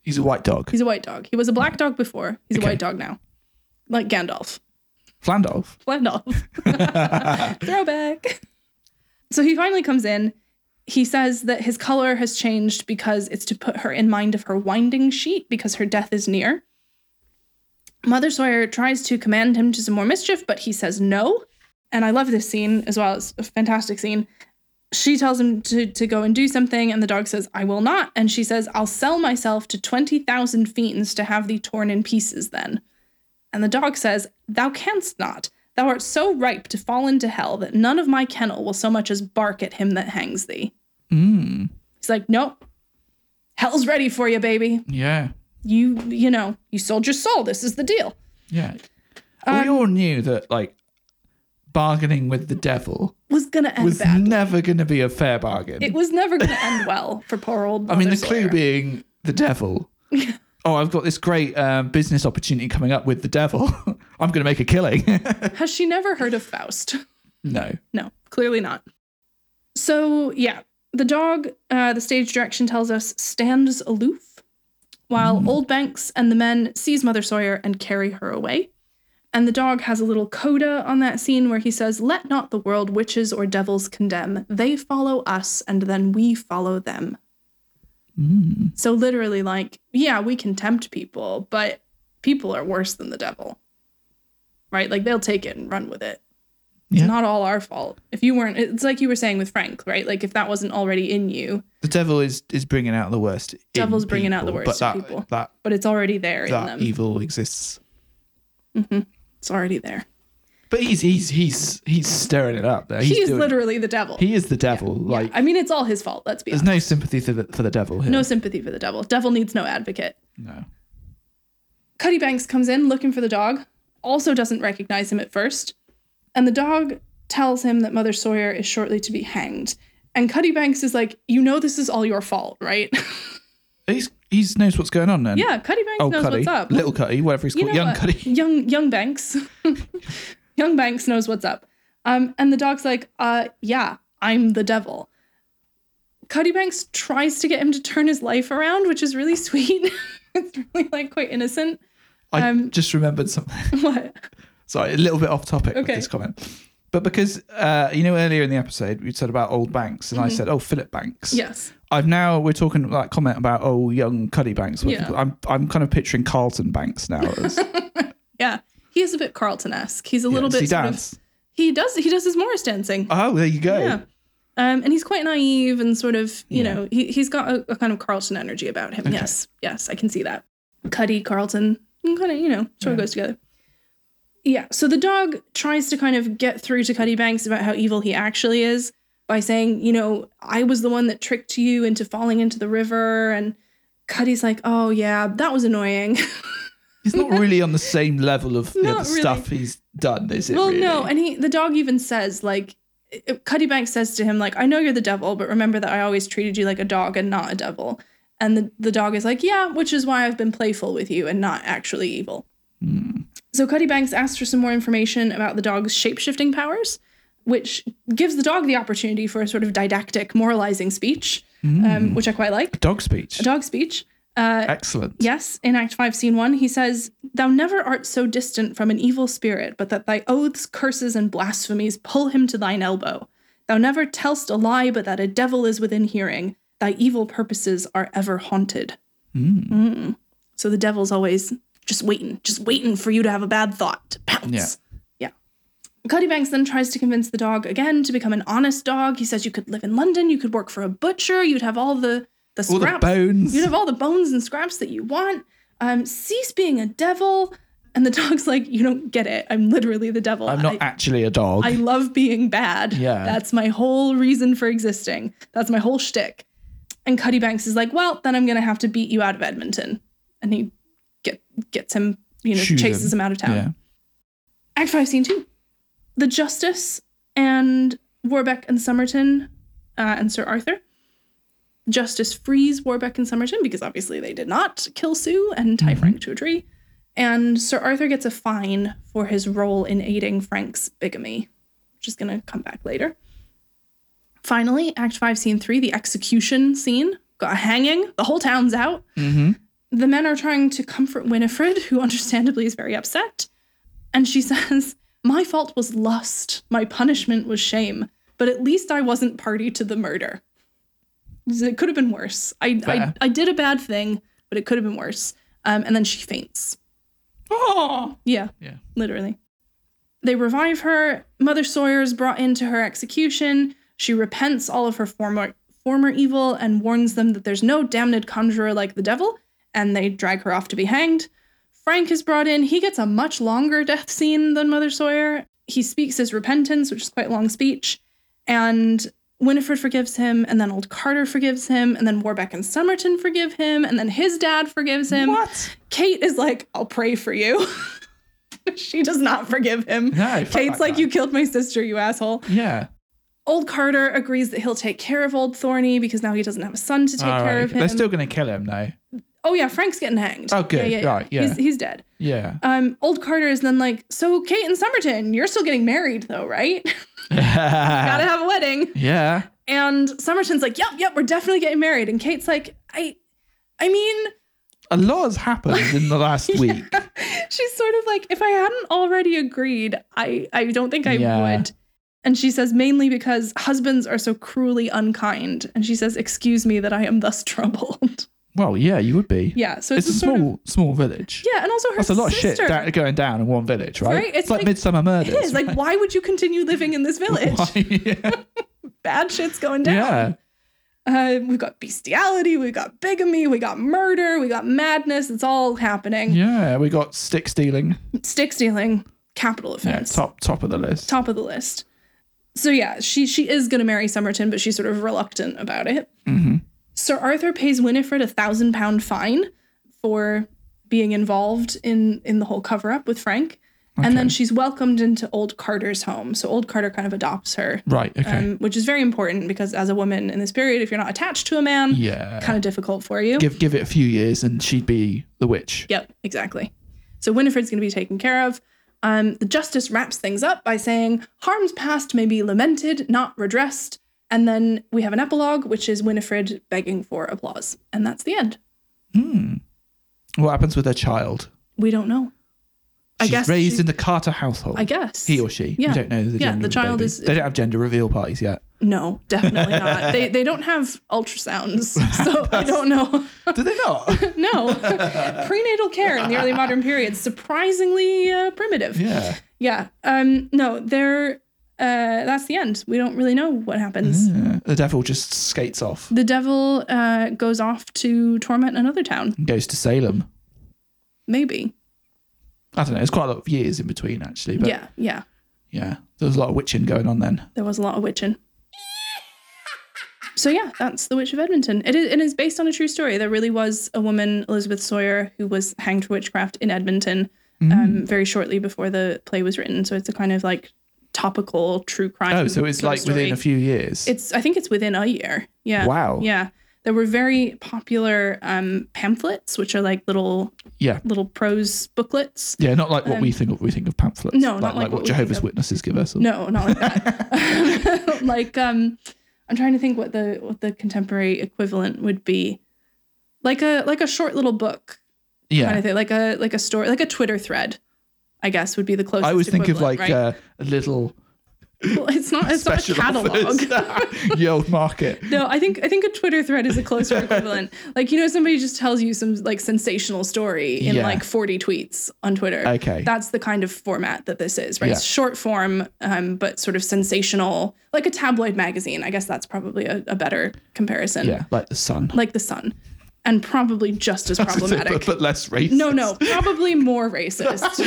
Speaker 2: He's a white dog.
Speaker 1: He's a white dog. He was a black dog before. He's a
Speaker 2: Okay.
Speaker 1: white dog now. Like Gandalf.
Speaker 2: Flandolf.
Speaker 1: Gandalf. Throwback. So he finally comes in. He says that his color has changed because it's to put her in mind of her winding sheet because her death is near. Mother Sawyer tries to command him to some more mischief, but he says no. And I love this scene as well. It's a fantastic scene. She tells him to, to go and do something, and the dog says, I will not. And she says, I'll sell myself to 20,000 fiends to have thee torn in pieces then. And the dog says, Thou canst not. Thou art so ripe to fall into hell that none of my kennel will so much as bark at him that hangs thee.
Speaker 2: Mm.
Speaker 1: He's like, Nope. Hell's ready for you, baby.
Speaker 2: Yeah.
Speaker 1: You, you know, you sold your soul. This is the deal.
Speaker 2: Yeah.
Speaker 1: Um,
Speaker 2: we all knew that like bargaining with the devil
Speaker 1: Was gonna end
Speaker 2: was
Speaker 1: bad.
Speaker 2: never going to be a fair bargain.
Speaker 1: it was never gonna end well for poor old.
Speaker 2: I mean, the
Speaker 1: Mother
Speaker 2: clue
Speaker 1: Sawyer.
Speaker 2: being the devil. oh, I've got this great um, business opportunity coming up with the devil. I'm going to make a killing.
Speaker 1: has she never heard of Faust?
Speaker 2: no.
Speaker 1: No, clearly not. So, yeah, the dog, uh, the stage direction tells us, stands aloof while Old Banks and the men seize Mother Sawyer and carry her away. And the dog has a little coda on that scene where he says, Let not the world witches or devils condemn. They follow us, and then we follow them.
Speaker 2: Mm.
Speaker 1: So, literally, like, yeah, we can tempt people, but people are worse than the devil. Right? Like, they'll take it and run with it. It's
Speaker 2: Yeah.
Speaker 1: not all our fault. If you weren't, it's like you were saying with Frank, right? Like, if that wasn't already in you,
Speaker 2: The devil is is bringing out the worst. in
Speaker 1: Devil's bringing out the
Speaker 2: people,
Speaker 1: worst
Speaker 2: But that
Speaker 1: in people.
Speaker 2: that
Speaker 1: but it's already there in
Speaker 2: that
Speaker 1: them.
Speaker 2: evil exists.
Speaker 1: It's already there.
Speaker 2: But he's he's he's he's stirring it up there. He's,
Speaker 1: He's,
Speaker 2: doing-
Speaker 1: literally the devil.
Speaker 2: he is the devil. Like
Speaker 1: I mean, it's all his fault, let's be
Speaker 2: there's
Speaker 1: honest.
Speaker 2: no sympathy for the, for the devil here.
Speaker 1: No sympathy for the devil. Devil needs no advocate.
Speaker 2: no.
Speaker 1: Cuddy Banks comes in looking for the dog, also doesn't recognize him at first, and the dog tells him that Mother Sawyer is shortly to be hanged. And Cuddy Banks is like, You know, this is all your fault, right?
Speaker 2: He's he's knows what's going on then.
Speaker 1: yeah, Cuddy Banks
Speaker 2: Old
Speaker 1: knows
Speaker 2: Oh, Cuddy,
Speaker 1: what's up.
Speaker 2: little Cuddy, whatever he's
Speaker 1: You
Speaker 2: called,
Speaker 1: know
Speaker 2: young
Speaker 1: what?
Speaker 2: Cuddy.
Speaker 1: Young young Banks. young Banks knows what's up. Um, and the dog's like, uh, yeah, I'm the devil. Cuddy Banks tries to get him to turn his life around, which is really sweet. it's really like quite innocent.
Speaker 2: I
Speaker 1: Um,
Speaker 2: just remembered something.
Speaker 1: What?
Speaker 2: Sorry, a little bit off topic
Speaker 1: Okay.
Speaker 2: with this comment. But because uh, you know earlier in the episode we said about old banks,
Speaker 1: Mm-hmm.
Speaker 2: and I said, "Oh, Philip Banks."
Speaker 1: Yes.
Speaker 2: I've now we're talking like comment about oh young Cuddy Banks.
Speaker 1: Yeah.
Speaker 2: I'm I'm kind of picturing Carlton Banks now. As,
Speaker 1: Yeah. He is a bit Carlton-esque. He's a little bit
Speaker 2: Yeah, does he
Speaker 1: sort of-
Speaker 2: dance?
Speaker 1: he does he does his Morris dancing.
Speaker 2: Oh, there you go.
Speaker 1: Yeah. Um, and he's quite naive and sort of, you
Speaker 2: Yeah.
Speaker 1: know, he, he's got a, a kind of Carlton energy about him.
Speaker 2: Okay.
Speaker 1: Yes, yes, I can see that. Cuddy, Carlton, kind of, you know, sort of
Speaker 2: Yeah.
Speaker 1: goes together. Yeah, so the dog tries to kind of get through to Cuddy Banks about how evil he actually is by saying, you know, I was the one that tricked you into falling into the river. And Cuddy's like, oh, yeah, that was annoying.
Speaker 2: He's not really on the same level of the
Speaker 1: Not
Speaker 2: other
Speaker 1: really.
Speaker 2: stuff he's done, is it?
Speaker 1: well,
Speaker 2: really?
Speaker 1: no, and he the dog even says like it- it- Cuddy Banks says to him like I know you're the devil, but remember that I always treated you like a dog and not a devil. And the, the dog is like, yeah, which is why I've been playful with you and not actually evil. So Cuddy Banks asks for some more information about the dog's shape-shifting powers, which gives the dog the opportunity for a sort of didactic, moralizing speech, um, which I quite like.
Speaker 2: dog speech.
Speaker 1: A dog speech. Uh,
Speaker 2: Excellent.
Speaker 1: Yes, in Act 5, Scene 1, he says, Thou never art so distant from an evil spirit, but that thy oaths, curses, and blasphemies pull him to thine elbow. Thou never tell'st a lie, but that a devil is within hearing. Thy evil purposes are ever haunted. Mm. So the devil's always just waiting, just waiting for you to have a bad thought to pounce.
Speaker 2: Yeah.
Speaker 1: Yeah. Cuddy Banks then tries to convince the dog again to become an honest dog. He says you could live in London, you could work for a butcher, you'd have all the the
Speaker 2: All the
Speaker 1: scraps.
Speaker 2: bones.
Speaker 1: You'd have all the bones and scraps that you want. Um, cease being a devil. And the dog's like, you don't get it. I'm literally the devil.
Speaker 2: I'm not
Speaker 1: I,
Speaker 2: actually a dog.
Speaker 1: I love being bad.
Speaker 2: Yeah.
Speaker 1: That's my whole reason for existing. That's my whole shtick. And Cuddy Banks is like, well, then I'm gonna have to beat you out of Edmonton. And he get gets him, you know,
Speaker 2: Shoot
Speaker 1: chases him. out of town.
Speaker 2: Yeah.
Speaker 1: Act five, scene two. The Justice and Warbeck and Somerton uh, and Sir Arthur. Justice frees Warbeck and Somerton because obviously they did not kill Sue and tie Frank to a tree. And Sir Arthur gets a fine for his role in aiding Frank's bigamy, which is going to come back later. Finally, Act 5, Scene 3, the execution scene. Got a hanging. The whole town's out.
Speaker 2: Mm-hmm.
Speaker 1: The men are trying to comfort Winifred, who understandably is very upset. And she says, My fault was lust. My punishment was shame. But at least I wasn't party to the murder. It could have been worse. I, I,
Speaker 2: Fair.
Speaker 1: I did a bad thing, but it could have been worse. Um, and then she faints.
Speaker 2: Oh.
Speaker 1: Yeah,
Speaker 2: Yeah.
Speaker 1: literally. They revive her. Mother Sawyer is brought into her execution. She repents all of her former former evil and warns them that there's no damned conjurer like the devil, and they drag her off to be hanged. Frank is brought in. He gets a much longer death scene than Mother Sawyer. He speaks his repentance, which is quite a long speech, and Winifred forgives him, and then old Carter forgives him, and then Warbeck and Somerton forgive him, and then his dad forgives him.
Speaker 2: What?
Speaker 1: Kate is like, I'll pray for you. she does not forgive him.
Speaker 2: No, fuck
Speaker 1: Kate's
Speaker 2: that
Speaker 1: like,
Speaker 2: guy.
Speaker 1: You killed my sister, you asshole.
Speaker 2: Yeah.
Speaker 1: Old Carter agrees that he'll take care of old Thorny because now he doesn't have a son to take
Speaker 2: All
Speaker 1: care
Speaker 2: right.
Speaker 1: of him.
Speaker 2: They're still going to kill him now.
Speaker 1: oh, yeah, Frank's getting hanged.
Speaker 2: Oh, good. Right, yeah.
Speaker 1: He's, he's dead.
Speaker 2: Yeah.
Speaker 1: Um, old Carter is then like, So, Kate and Somerton, you're still getting married, though, right?
Speaker 2: Ah.
Speaker 1: Gotta have a wedding.
Speaker 2: yeah.
Speaker 1: And Somerton's like, Yep, yep, we're definitely getting married. And Kate's like, I. I mean,
Speaker 2: A lot has happened in the last week.
Speaker 1: She's sort of like, if I hadn't already agreed, I, I don't think I
Speaker 2: Yeah.
Speaker 1: would. And she says, mainly because husbands are so cruelly unkind. And she says, excuse me that I am thus troubled.
Speaker 2: Well, yeah, you would be.
Speaker 1: yeah. So
Speaker 2: It's,
Speaker 1: it's,
Speaker 2: a
Speaker 1: a sort
Speaker 2: small,
Speaker 1: of.
Speaker 2: small village.
Speaker 1: Yeah. And also her
Speaker 2: That's a lot
Speaker 1: sister.
Speaker 2: of shit da- going down in one village, right?
Speaker 1: Right?
Speaker 2: It's,
Speaker 1: It's
Speaker 2: like,
Speaker 1: like-
Speaker 2: Midsummer Murders.
Speaker 1: It is. Like, why would you continue living in this village?
Speaker 2: yeah.
Speaker 1: Bad shit's going down.
Speaker 2: yeah.
Speaker 1: Uh, we've got bestiality, we've got bigamy, we got murder, we got madness. It's all happening.
Speaker 2: Yeah. We got stick stealing.
Speaker 1: Stick stealing, capital
Speaker 2: Yeah.
Speaker 1: offense.
Speaker 2: Top top of the list.
Speaker 1: top of the list. So yeah, she she is going to marry Somerton, but she's sort of reluctant about it.
Speaker 2: Mm-hmm.
Speaker 1: Sir Arthur pays Winifred a thousand pound fine for being involved in in the whole cover up with Frank, and then she's welcomed into old Carter's home. So old Carter kind of adopts her,
Speaker 2: Right. Okay.
Speaker 1: um, which is very important because as a woman in this period, if you're not attached to a man,
Speaker 2: yeah.
Speaker 1: kind of difficult for you.
Speaker 2: give give it a few years and she'd be the witch.
Speaker 1: Yep, exactly. So Winifred's going to be taken care of. Um, the justice wraps things up by saying harms past may be lamented, not redressed. And then we have an epilogue, which is Winifred begging for applause. And that's the end.
Speaker 2: What happens with her child?
Speaker 1: We don't know. I
Speaker 2: She's
Speaker 1: guess
Speaker 2: raised
Speaker 1: she-
Speaker 2: in the Carter household.
Speaker 1: I guess
Speaker 2: he or she.
Speaker 1: Yeah.
Speaker 2: We don't know the
Speaker 1: Yeah,
Speaker 2: gender.
Speaker 1: the
Speaker 2: of
Speaker 1: child
Speaker 2: baby.
Speaker 1: is-
Speaker 2: They don't have gender reveal parties yet.
Speaker 1: No, definitely not. they they don't have ultrasounds, so I don't know.
Speaker 2: Do they not?
Speaker 1: no, prenatal care in the early modern period surprisingly uh, primitive.
Speaker 2: yeah.
Speaker 1: Yeah. Um. No, they're. Uh. That's the end. We don't really know what happens.
Speaker 2: yeah. The devil just skates off
Speaker 1: The devil uh, goes off to torment another town.
Speaker 2: and goes to Salem.
Speaker 1: Maybe.
Speaker 2: I don't know. It's quite a lot of years in between, actually. But yeah.
Speaker 1: yeah. Yeah.
Speaker 2: There was a lot of witching going on then.
Speaker 1: There was a lot of witching. So yeah, that's the Witch of Edmonton. It is, it is based on a true story. There really was a woman, Elizabeth Sawyer, who was hanged for witchcraft in Edmonton
Speaker 2: Mm.
Speaker 1: um, very shortly before the play was written. So it's a kind of like topical true crime.
Speaker 2: Oh, so it's
Speaker 1: sort
Speaker 2: like
Speaker 1: of
Speaker 2: within
Speaker 1: story.
Speaker 2: a few years.
Speaker 1: It's I think it's within a year. Yeah.
Speaker 2: Wow.
Speaker 1: Yeah. There were very popular um, pamphlets, which are like little
Speaker 2: yeah.
Speaker 1: little prose booklets.
Speaker 2: Yeah, not like what
Speaker 1: Um,
Speaker 2: we think of. We think of pamphlets.
Speaker 1: no,
Speaker 2: like,
Speaker 1: not like
Speaker 2: what,
Speaker 1: what we think
Speaker 2: Jehovah's
Speaker 1: of.
Speaker 2: Witnesses give us. or-
Speaker 1: No, not like that. like um I'm trying to think what the what the contemporary equivalent would be. Like a like a short little book
Speaker 2: yeah.
Speaker 1: kind of thing. Like a like a story like a Twitter thread, I guess would be the closest.
Speaker 2: I always think of like
Speaker 1: equivalent, right?
Speaker 2: uh, a little
Speaker 1: well, it's not it's not a
Speaker 2: special
Speaker 1: catalog.
Speaker 2: offers. Ye olde market.
Speaker 1: No, I think I think a Twitter thread is a closer equivalent. Like you know, somebody just tells you some like sensational story in
Speaker 2: Yeah.
Speaker 1: like forty tweets on Twitter.
Speaker 2: Okay.
Speaker 1: that's the kind of format that this is, right?
Speaker 2: Yeah.
Speaker 1: It's short form, um, but sort of sensational, like a tabloid magazine. I guess that's probably a, a better comparison.
Speaker 2: Yeah, like the sun.
Speaker 1: like the Sun, and probably just as problematic.
Speaker 2: but, but less racist.
Speaker 1: No, no, probably more racist,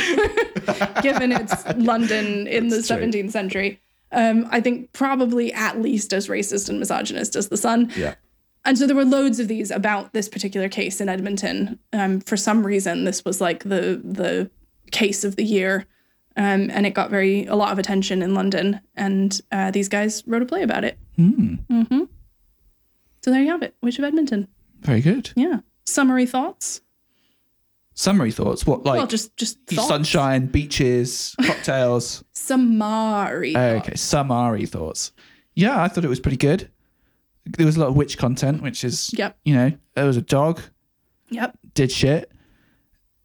Speaker 1: given it's London in
Speaker 2: That's
Speaker 1: the
Speaker 2: true.
Speaker 1: 17th century. Um, I think probably at least as racist and misogynist as the Sun.
Speaker 2: Yeah.
Speaker 1: And so there were loads of these about this particular case in Edmonton. Um, for some reason, this was like the the case of the year, um, and it got very a lot of attention in London. And uh, these guys wrote a play about it. Mm. hmm So there you have it, Witch of Edmonton.
Speaker 2: Very good.
Speaker 1: Yeah. Summary thoughts.
Speaker 2: Summary thoughts. What like
Speaker 1: well, just just
Speaker 2: eat
Speaker 1: thoughts.
Speaker 2: sunshine, beaches, cocktails.
Speaker 1: Samari.
Speaker 2: Oh, okay, summary thoughts. Yeah, I thought it was pretty good. There was a lot of witch content, which is
Speaker 1: Yep.
Speaker 2: you know, there was a dog
Speaker 1: Yep.
Speaker 2: did shit.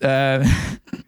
Speaker 2: Um,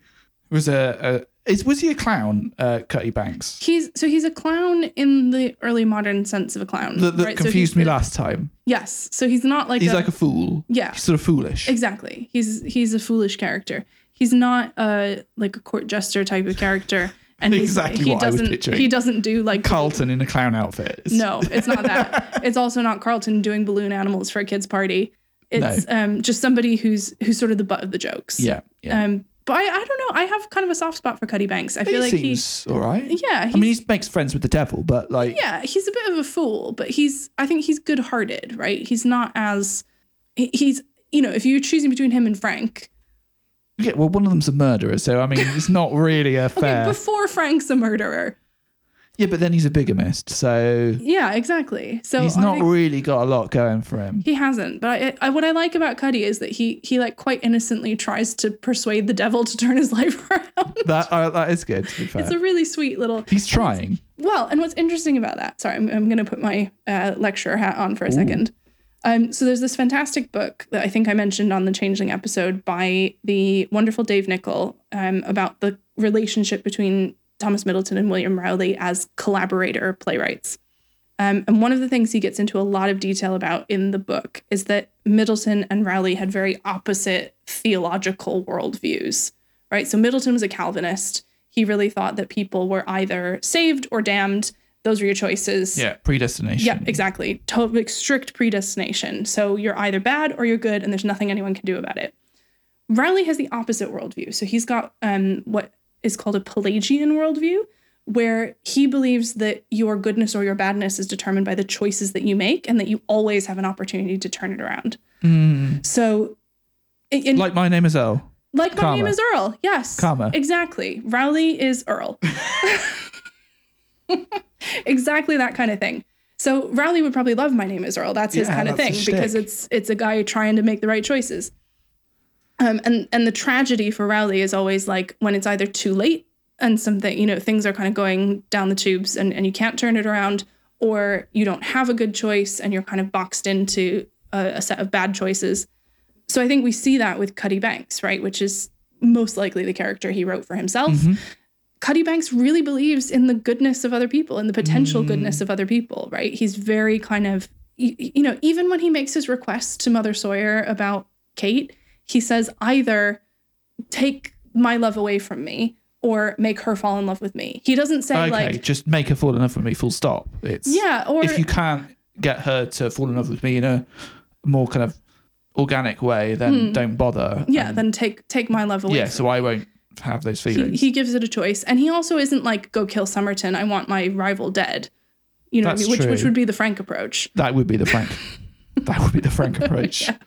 Speaker 2: was a, a is was he a clown? Uh, Cutty Banks.
Speaker 1: He's so he's a clown in the early modern sense of a clown.
Speaker 2: That, that
Speaker 1: right? So
Speaker 2: confused
Speaker 1: he's-
Speaker 2: me last time.
Speaker 1: Yes. So he's not like
Speaker 2: He's
Speaker 1: a,
Speaker 2: like a fool.
Speaker 1: Yeah.
Speaker 2: He's sort of foolish.
Speaker 1: Exactly. He's he's a foolish character. He's not a like a court jester type of character. And he's-
Speaker 2: Exactly
Speaker 1: he
Speaker 2: what I was
Speaker 1: doesn't
Speaker 2: picturing.
Speaker 1: he doesn't do like
Speaker 2: Carlton in a clown outfit. It's-
Speaker 1: No, it's not that. it's also not Carlton doing balloon animals for a kid's party. It's um just somebody who's who's sort of the butt of the jokes.
Speaker 2: Yeah. Yeah.
Speaker 1: Um but I, I don't know. I have kind of a soft spot for Cuddy Banks. I
Speaker 2: he
Speaker 1: feel like he's
Speaker 2: seems all right.
Speaker 1: yeah, he's
Speaker 2: I mean, he makes friends with the devil, but like,
Speaker 1: yeah, he's a bit of a fool, but he's I think he's good-hearted, right? He's not as he- he's you know, if you're choosing between him and Frank,
Speaker 2: yeah, well, one of them's a murderer, so I mean, it's not really a fair.
Speaker 1: before Frank's a murderer.
Speaker 2: yeah, but then he's a bigamist, so
Speaker 1: Yeah, exactly. So
Speaker 2: he's
Speaker 1: Oh, I
Speaker 2: not
Speaker 1: think
Speaker 2: really got a lot going for him.
Speaker 1: he hasn't, but I, I, what I like about Cuddy is that he he like quite innocently tries to persuade the devil to turn his life around.
Speaker 2: That uh, that is good. To be fair,
Speaker 1: It's a really sweet little
Speaker 2: he's trying.
Speaker 1: Well, and what's interesting about that, sorry, I'm, I'm going to put my uh, lecturer hat on for a second. Um, so there's this fantastic book that I think I mentioned on the Changeling episode by the wonderful Dave Nichol um, about the relationship between Thomas Middleton and William Rowley as collaborator playwrights. Um, and one of the things he gets into a lot of detail about in the book is that Middleton and Rowley had very opposite theological worldviews, right? So Middleton was a Calvinist. He really thought that people were either saved or damned. Those were your choices.
Speaker 2: Yeah, predestination.
Speaker 1: Yeah, exactly. To- like strict predestination. So you're either bad or you're good, and there's nothing anyone can do about it. Riley has the opposite worldview. So he's got um, what is called a Pelagian worldview, where he believes that your goodness or your badness is determined by the choices that you make, and that you always have an opportunity to turn it around. So, and- and
Speaker 2: Mm. Like my name is Earl.
Speaker 1: like my
Speaker 2: Karma.
Speaker 1: name is Earl. Yes.
Speaker 2: Karma.
Speaker 1: Exactly. Rowley is Earl. exactly that kind of thing. So Rowley would probably love my name is Earl. That's his
Speaker 2: Yeah,
Speaker 1: kind of
Speaker 2: that's
Speaker 1: thing
Speaker 2: his
Speaker 1: because
Speaker 2: shtick.
Speaker 1: it's it's a guy trying to make the right choices. Um, and and the tragedy for Rowley is always like when it's either too late and something you know things are kind of going down the tubes and, and you can't turn it around or you don't have a good choice and you're kind of boxed into a, a set of bad choices so I think we see that with Cuddy Banks, right? Which is most likely the character he wrote for himself.
Speaker 2: Mm-hmm.
Speaker 1: Cuddy Banks really believes in the goodness of other people and the
Speaker 2: Mm.
Speaker 1: potential goodness of other people, right? He's very kind of, y- y- you know, even when he makes his request to Mother Sawyer about Kate, he says either take my love away from me or make her fall in love with me. He doesn't say,
Speaker 2: Okay,
Speaker 1: like,
Speaker 2: just make her fall in love with me. Full stop. It's
Speaker 1: yeah, or
Speaker 2: if you can't get her to fall in love with me in a more kind of organic way, then don't bother.
Speaker 1: Hmm. yeah, then take take my love away.
Speaker 2: yeah, so I won't have those
Speaker 1: He,
Speaker 2: feelings.
Speaker 1: he gives it a choice, and he also isn't like go kill Summerton. I want my rival dead. You know, what I
Speaker 2: That's
Speaker 1: mean? which which
Speaker 2: true.
Speaker 1: would be the frank approach.
Speaker 2: that would be the frank. that would be the frank approach. Yeah,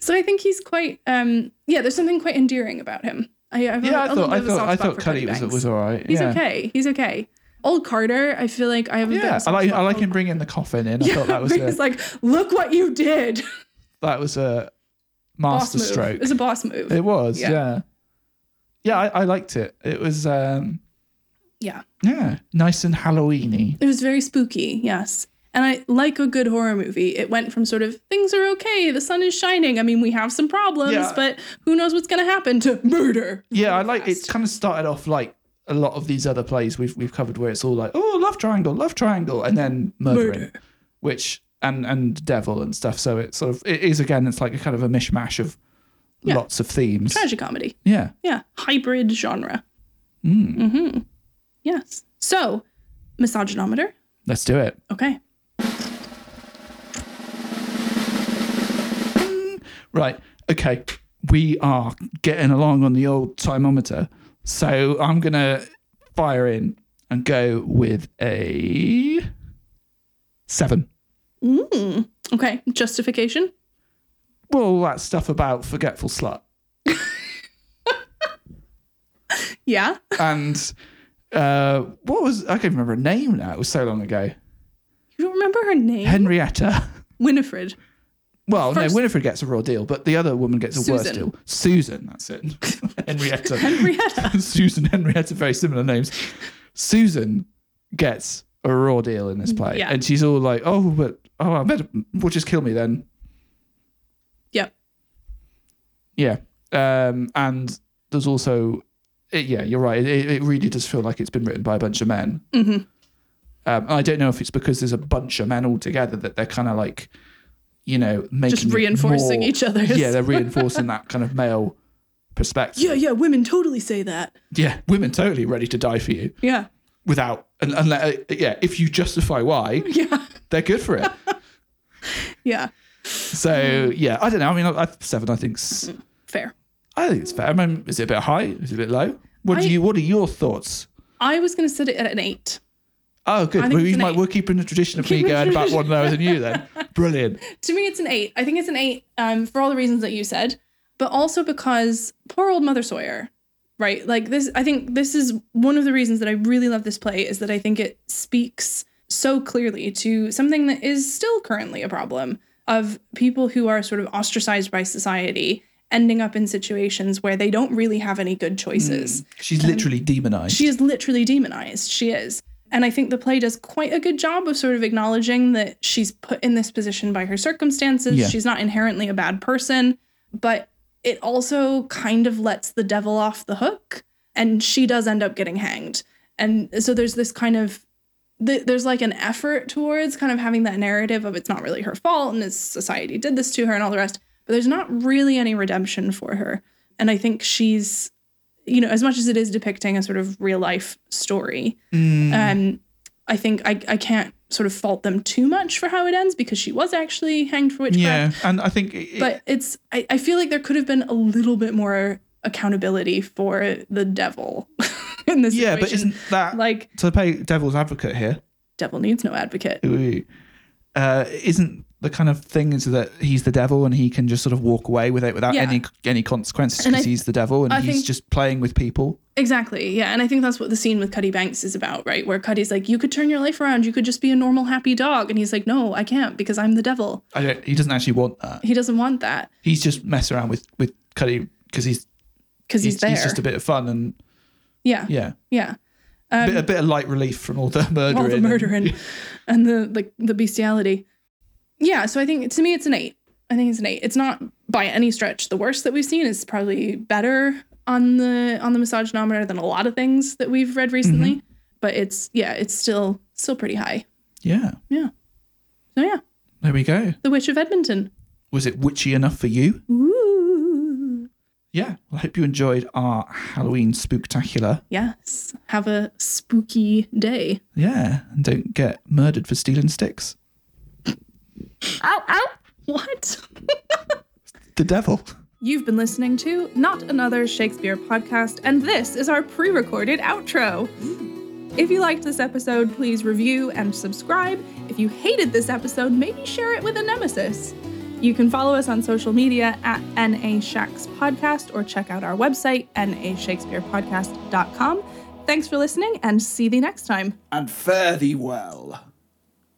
Speaker 1: So I think he's quite um yeah, there's something quite endearing about him. I, I've
Speaker 2: I
Speaker 1: a little
Speaker 2: thought
Speaker 1: bit
Speaker 2: I
Speaker 1: of a
Speaker 2: thought
Speaker 1: soft
Speaker 2: I
Speaker 1: spot
Speaker 2: thought
Speaker 1: for
Speaker 2: Cuddy was
Speaker 1: Banks.
Speaker 2: was all right.
Speaker 1: He's
Speaker 2: yeah.
Speaker 1: okay. He's okay. Old Carter, I feel like I have a bit of
Speaker 2: Yeah,
Speaker 1: a
Speaker 2: I
Speaker 1: soft
Speaker 2: like I
Speaker 1: spot
Speaker 2: like
Speaker 1: for
Speaker 2: him bringing the coffin in. I thought that was
Speaker 1: Old- He's
Speaker 2: a,
Speaker 1: like, look what you did.
Speaker 2: that was a
Speaker 1: Boss move.
Speaker 2: masterstroke.
Speaker 1: It's a boss move.
Speaker 2: It was,
Speaker 1: Yeah.
Speaker 2: yeah. Yeah, I, I liked it. It was um
Speaker 1: yeah.
Speaker 2: yeah, nice and Halloweeny.
Speaker 1: It was very spooky, yes. And I like a good horror movie. It went from sort of things are okay, the sun is shining. I mean, we have some problems,
Speaker 2: Yeah.
Speaker 1: but who knows what's gonna happen to murder.
Speaker 2: Yeah, I like
Speaker 1: fast.
Speaker 2: it's kind of started off like a lot of these other plays we've we've covered where it's all like, oh, love triangle, love triangle, and then murdering,
Speaker 1: Murder.
Speaker 2: which and and devil and stuff. So it's sort of it is again, it's like a kind of a mishmash of lots of themes.
Speaker 1: Tragic comedy.
Speaker 2: Yeah,
Speaker 1: Yeah. Hybrid genre.
Speaker 2: Mm.
Speaker 1: hmm Yes. So, misogynometer.
Speaker 2: let's do it.
Speaker 1: Okay.
Speaker 2: Right. Okay. We are getting along on the old timeometer. So I'm going to fire in and go with a seven.
Speaker 1: Mm. Okay. Justification.
Speaker 2: Well, all that stuff about forgetful slut
Speaker 1: Yeah.
Speaker 2: and uh, what was I can't remember her name now. It was so long ago.
Speaker 1: You don't remember her name?
Speaker 2: Henrietta.
Speaker 1: Winifred.
Speaker 2: Well,
Speaker 1: First-
Speaker 2: no, Winifred gets a raw deal, but the other woman gets a worse
Speaker 1: Susan.
Speaker 2: deal. Susan, that's it. Henrietta.
Speaker 1: Henrietta.
Speaker 2: Susan Henrietta, very similar names. Susan gets a raw deal in this play,
Speaker 1: Yeah.
Speaker 2: and she's all like, "Oh, but oh, I better well, just kill me then."
Speaker 1: yep.
Speaker 2: Yeah, um, and there's also, it, yeah, you're right. It, it really does feel like it's been written by a bunch of men. Mm-hmm. Um, and I don't know if it's because there's a bunch of men all together that they're kind of like, you know, making
Speaker 1: Just
Speaker 2: it
Speaker 1: reinforcing
Speaker 2: more-
Speaker 1: each other's.
Speaker 2: Yeah, they're reinforcing that kind of male perspective.
Speaker 1: Yeah. Yeah. Women totally say that.
Speaker 2: yeah, women totally ready to die for you.
Speaker 1: Yeah.
Speaker 2: without and, and uh, yeah if you justify why
Speaker 1: Yeah.
Speaker 2: they're good for it
Speaker 1: Yeah.
Speaker 2: so yeah i don't know i mean I, I, seven i think's
Speaker 1: Fair.
Speaker 2: i think it's fair i mean is it a bit high is it a bit low what
Speaker 1: I-
Speaker 2: do you what are your thoughts
Speaker 1: I was going to set it at an eight.
Speaker 2: oh good
Speaker 1: I think
Speaker 2: well,
Speaker 1: it's
Speaker 2: you
Speaker 1: an
Speaker 2: might,
Speaker 1: eight.
Speaker 2: we're keeping the tradition of me
Speaker 1: Keeping the
Speaker 2: going about one lower than you then brilliant
Speaker 1: To me, it's an eight. I think it's an eight um, for all the reasons that you said, but also because poor old Mother Sawyer, right? Like this, I think this is one of the reasons that I really love this play is that I think it speaks so clearly to something that is still currently a problem of people who are sort of ostracized by society ending up in situations where they don't really have any good choices.
Speaker 2: she's literally demonized
Speaker 1: She is literally demonized. She is. And I think the play does quite a good job of sort of acknowledging that she's put in this position by her circumstances.
Speaker 2: Yeah.
Speaker 1: She's not inherently a bad person, but it also kind of lets the devil off the hook. And she does end up getting hanged. And so there's this kind of, th- there's like an effort towards kind of having that narrative of it's not really her fault and it's society did this to her and all the rest. But there's not really any redemption for her. And I think she's you know, as much as it is depicting a sort of real life story,
Speaker 2: Mm.
Speaker 1: um, I think I, I can't sort of fault them too much for how it ends because she was actually hanged for witchcraft.
Speaker 2: yeah and i think it,
Speaker 1: But it's I, I feel like there could have been a little bit more accountability for the devil in this
Speaker 2: yeah but
Speaker 1: situation.
Speaker 2: isn't that
Speaker 1: like
Speaker 2: to play devil's advocate here
Speaker 1: devil needs no advocate.
Speaker 2: uh, isn't the kind of thing is that he's the devil and he can just sort of walk away with it without
Speaker 1: Yeah.
Speaker 2: any any consequences
Speaker 1: And I-
Speaker 2: because he's the devil and
Speaker 1: I
Speaker 2: he's
Speaker 1: think-
Speaker 2: just playing with people.
Speaker 1: Exactly. Yeah. And I think that's what the scene with Cuddy Banks is about, right? Where Cuddy's like, You could turn your life around, you could just be a normal happy dog. And he's like, No, I can't because I'm the devil.
Speaker 2: I don't, he doesn't actually want that.
Speaker 1: He doesn't want that
Speaker 2: He's just messing around with with Cuddy because he's
Speaker 1: because he's,
Speaker 2: he's,
Speaker 1: there.
Speaker 2: he's just a bit of fun and
Speaker 1: yeah.
Speaker 2: yeah,
Speaker 1: Yeah.
Speaker 2: a, bit, a bit of light relief from all the murdering.
Speaker 1: Um, All the
Speaker 2: and-
Speaker 1: murdering and the like the bestiality. Yeah, so I think to me it's an eight. I think it's an eight. It's not by any stretch the worst that we've seen. It's probably better on the on the misogynometer than a lot of things that we've
Speaker 2: Mm-hmm.
Speaker 1: read recently, but it's yeah, it's still still pretty high.
Speaker 2: Yeah.
Speaker 1: Yeah. So yeah,
Speaker 2: There we go.
Speaker 1: The Witch of Edmonton.
Speaker 2: Was it witchy enough for you?
Speaker 1: Ooh.
Speaker 2: Yeah. Well, I hope you enjoyed our Halloween spooktacular.
Speaker 1: Yes. Have a spooky day.
Speaker 2: Yeah. And don't get murdered for stealing sticks.
Speaker 1: Ow, ow. What?
Speaker 2: The devil.
Speaker 1: You've been listening to Not Another Shakespeare podcast, and this is our pre recorded outro. If you liked this episode, please review and subscribe. If you hated this episode, maybe share it with a nemesis. You can follow us on social media at NA Shacks Podcast or check out our website, nashakespearepodcast.com. Thanks for listening and see thee next time.
Speaker 2: And fare thee well.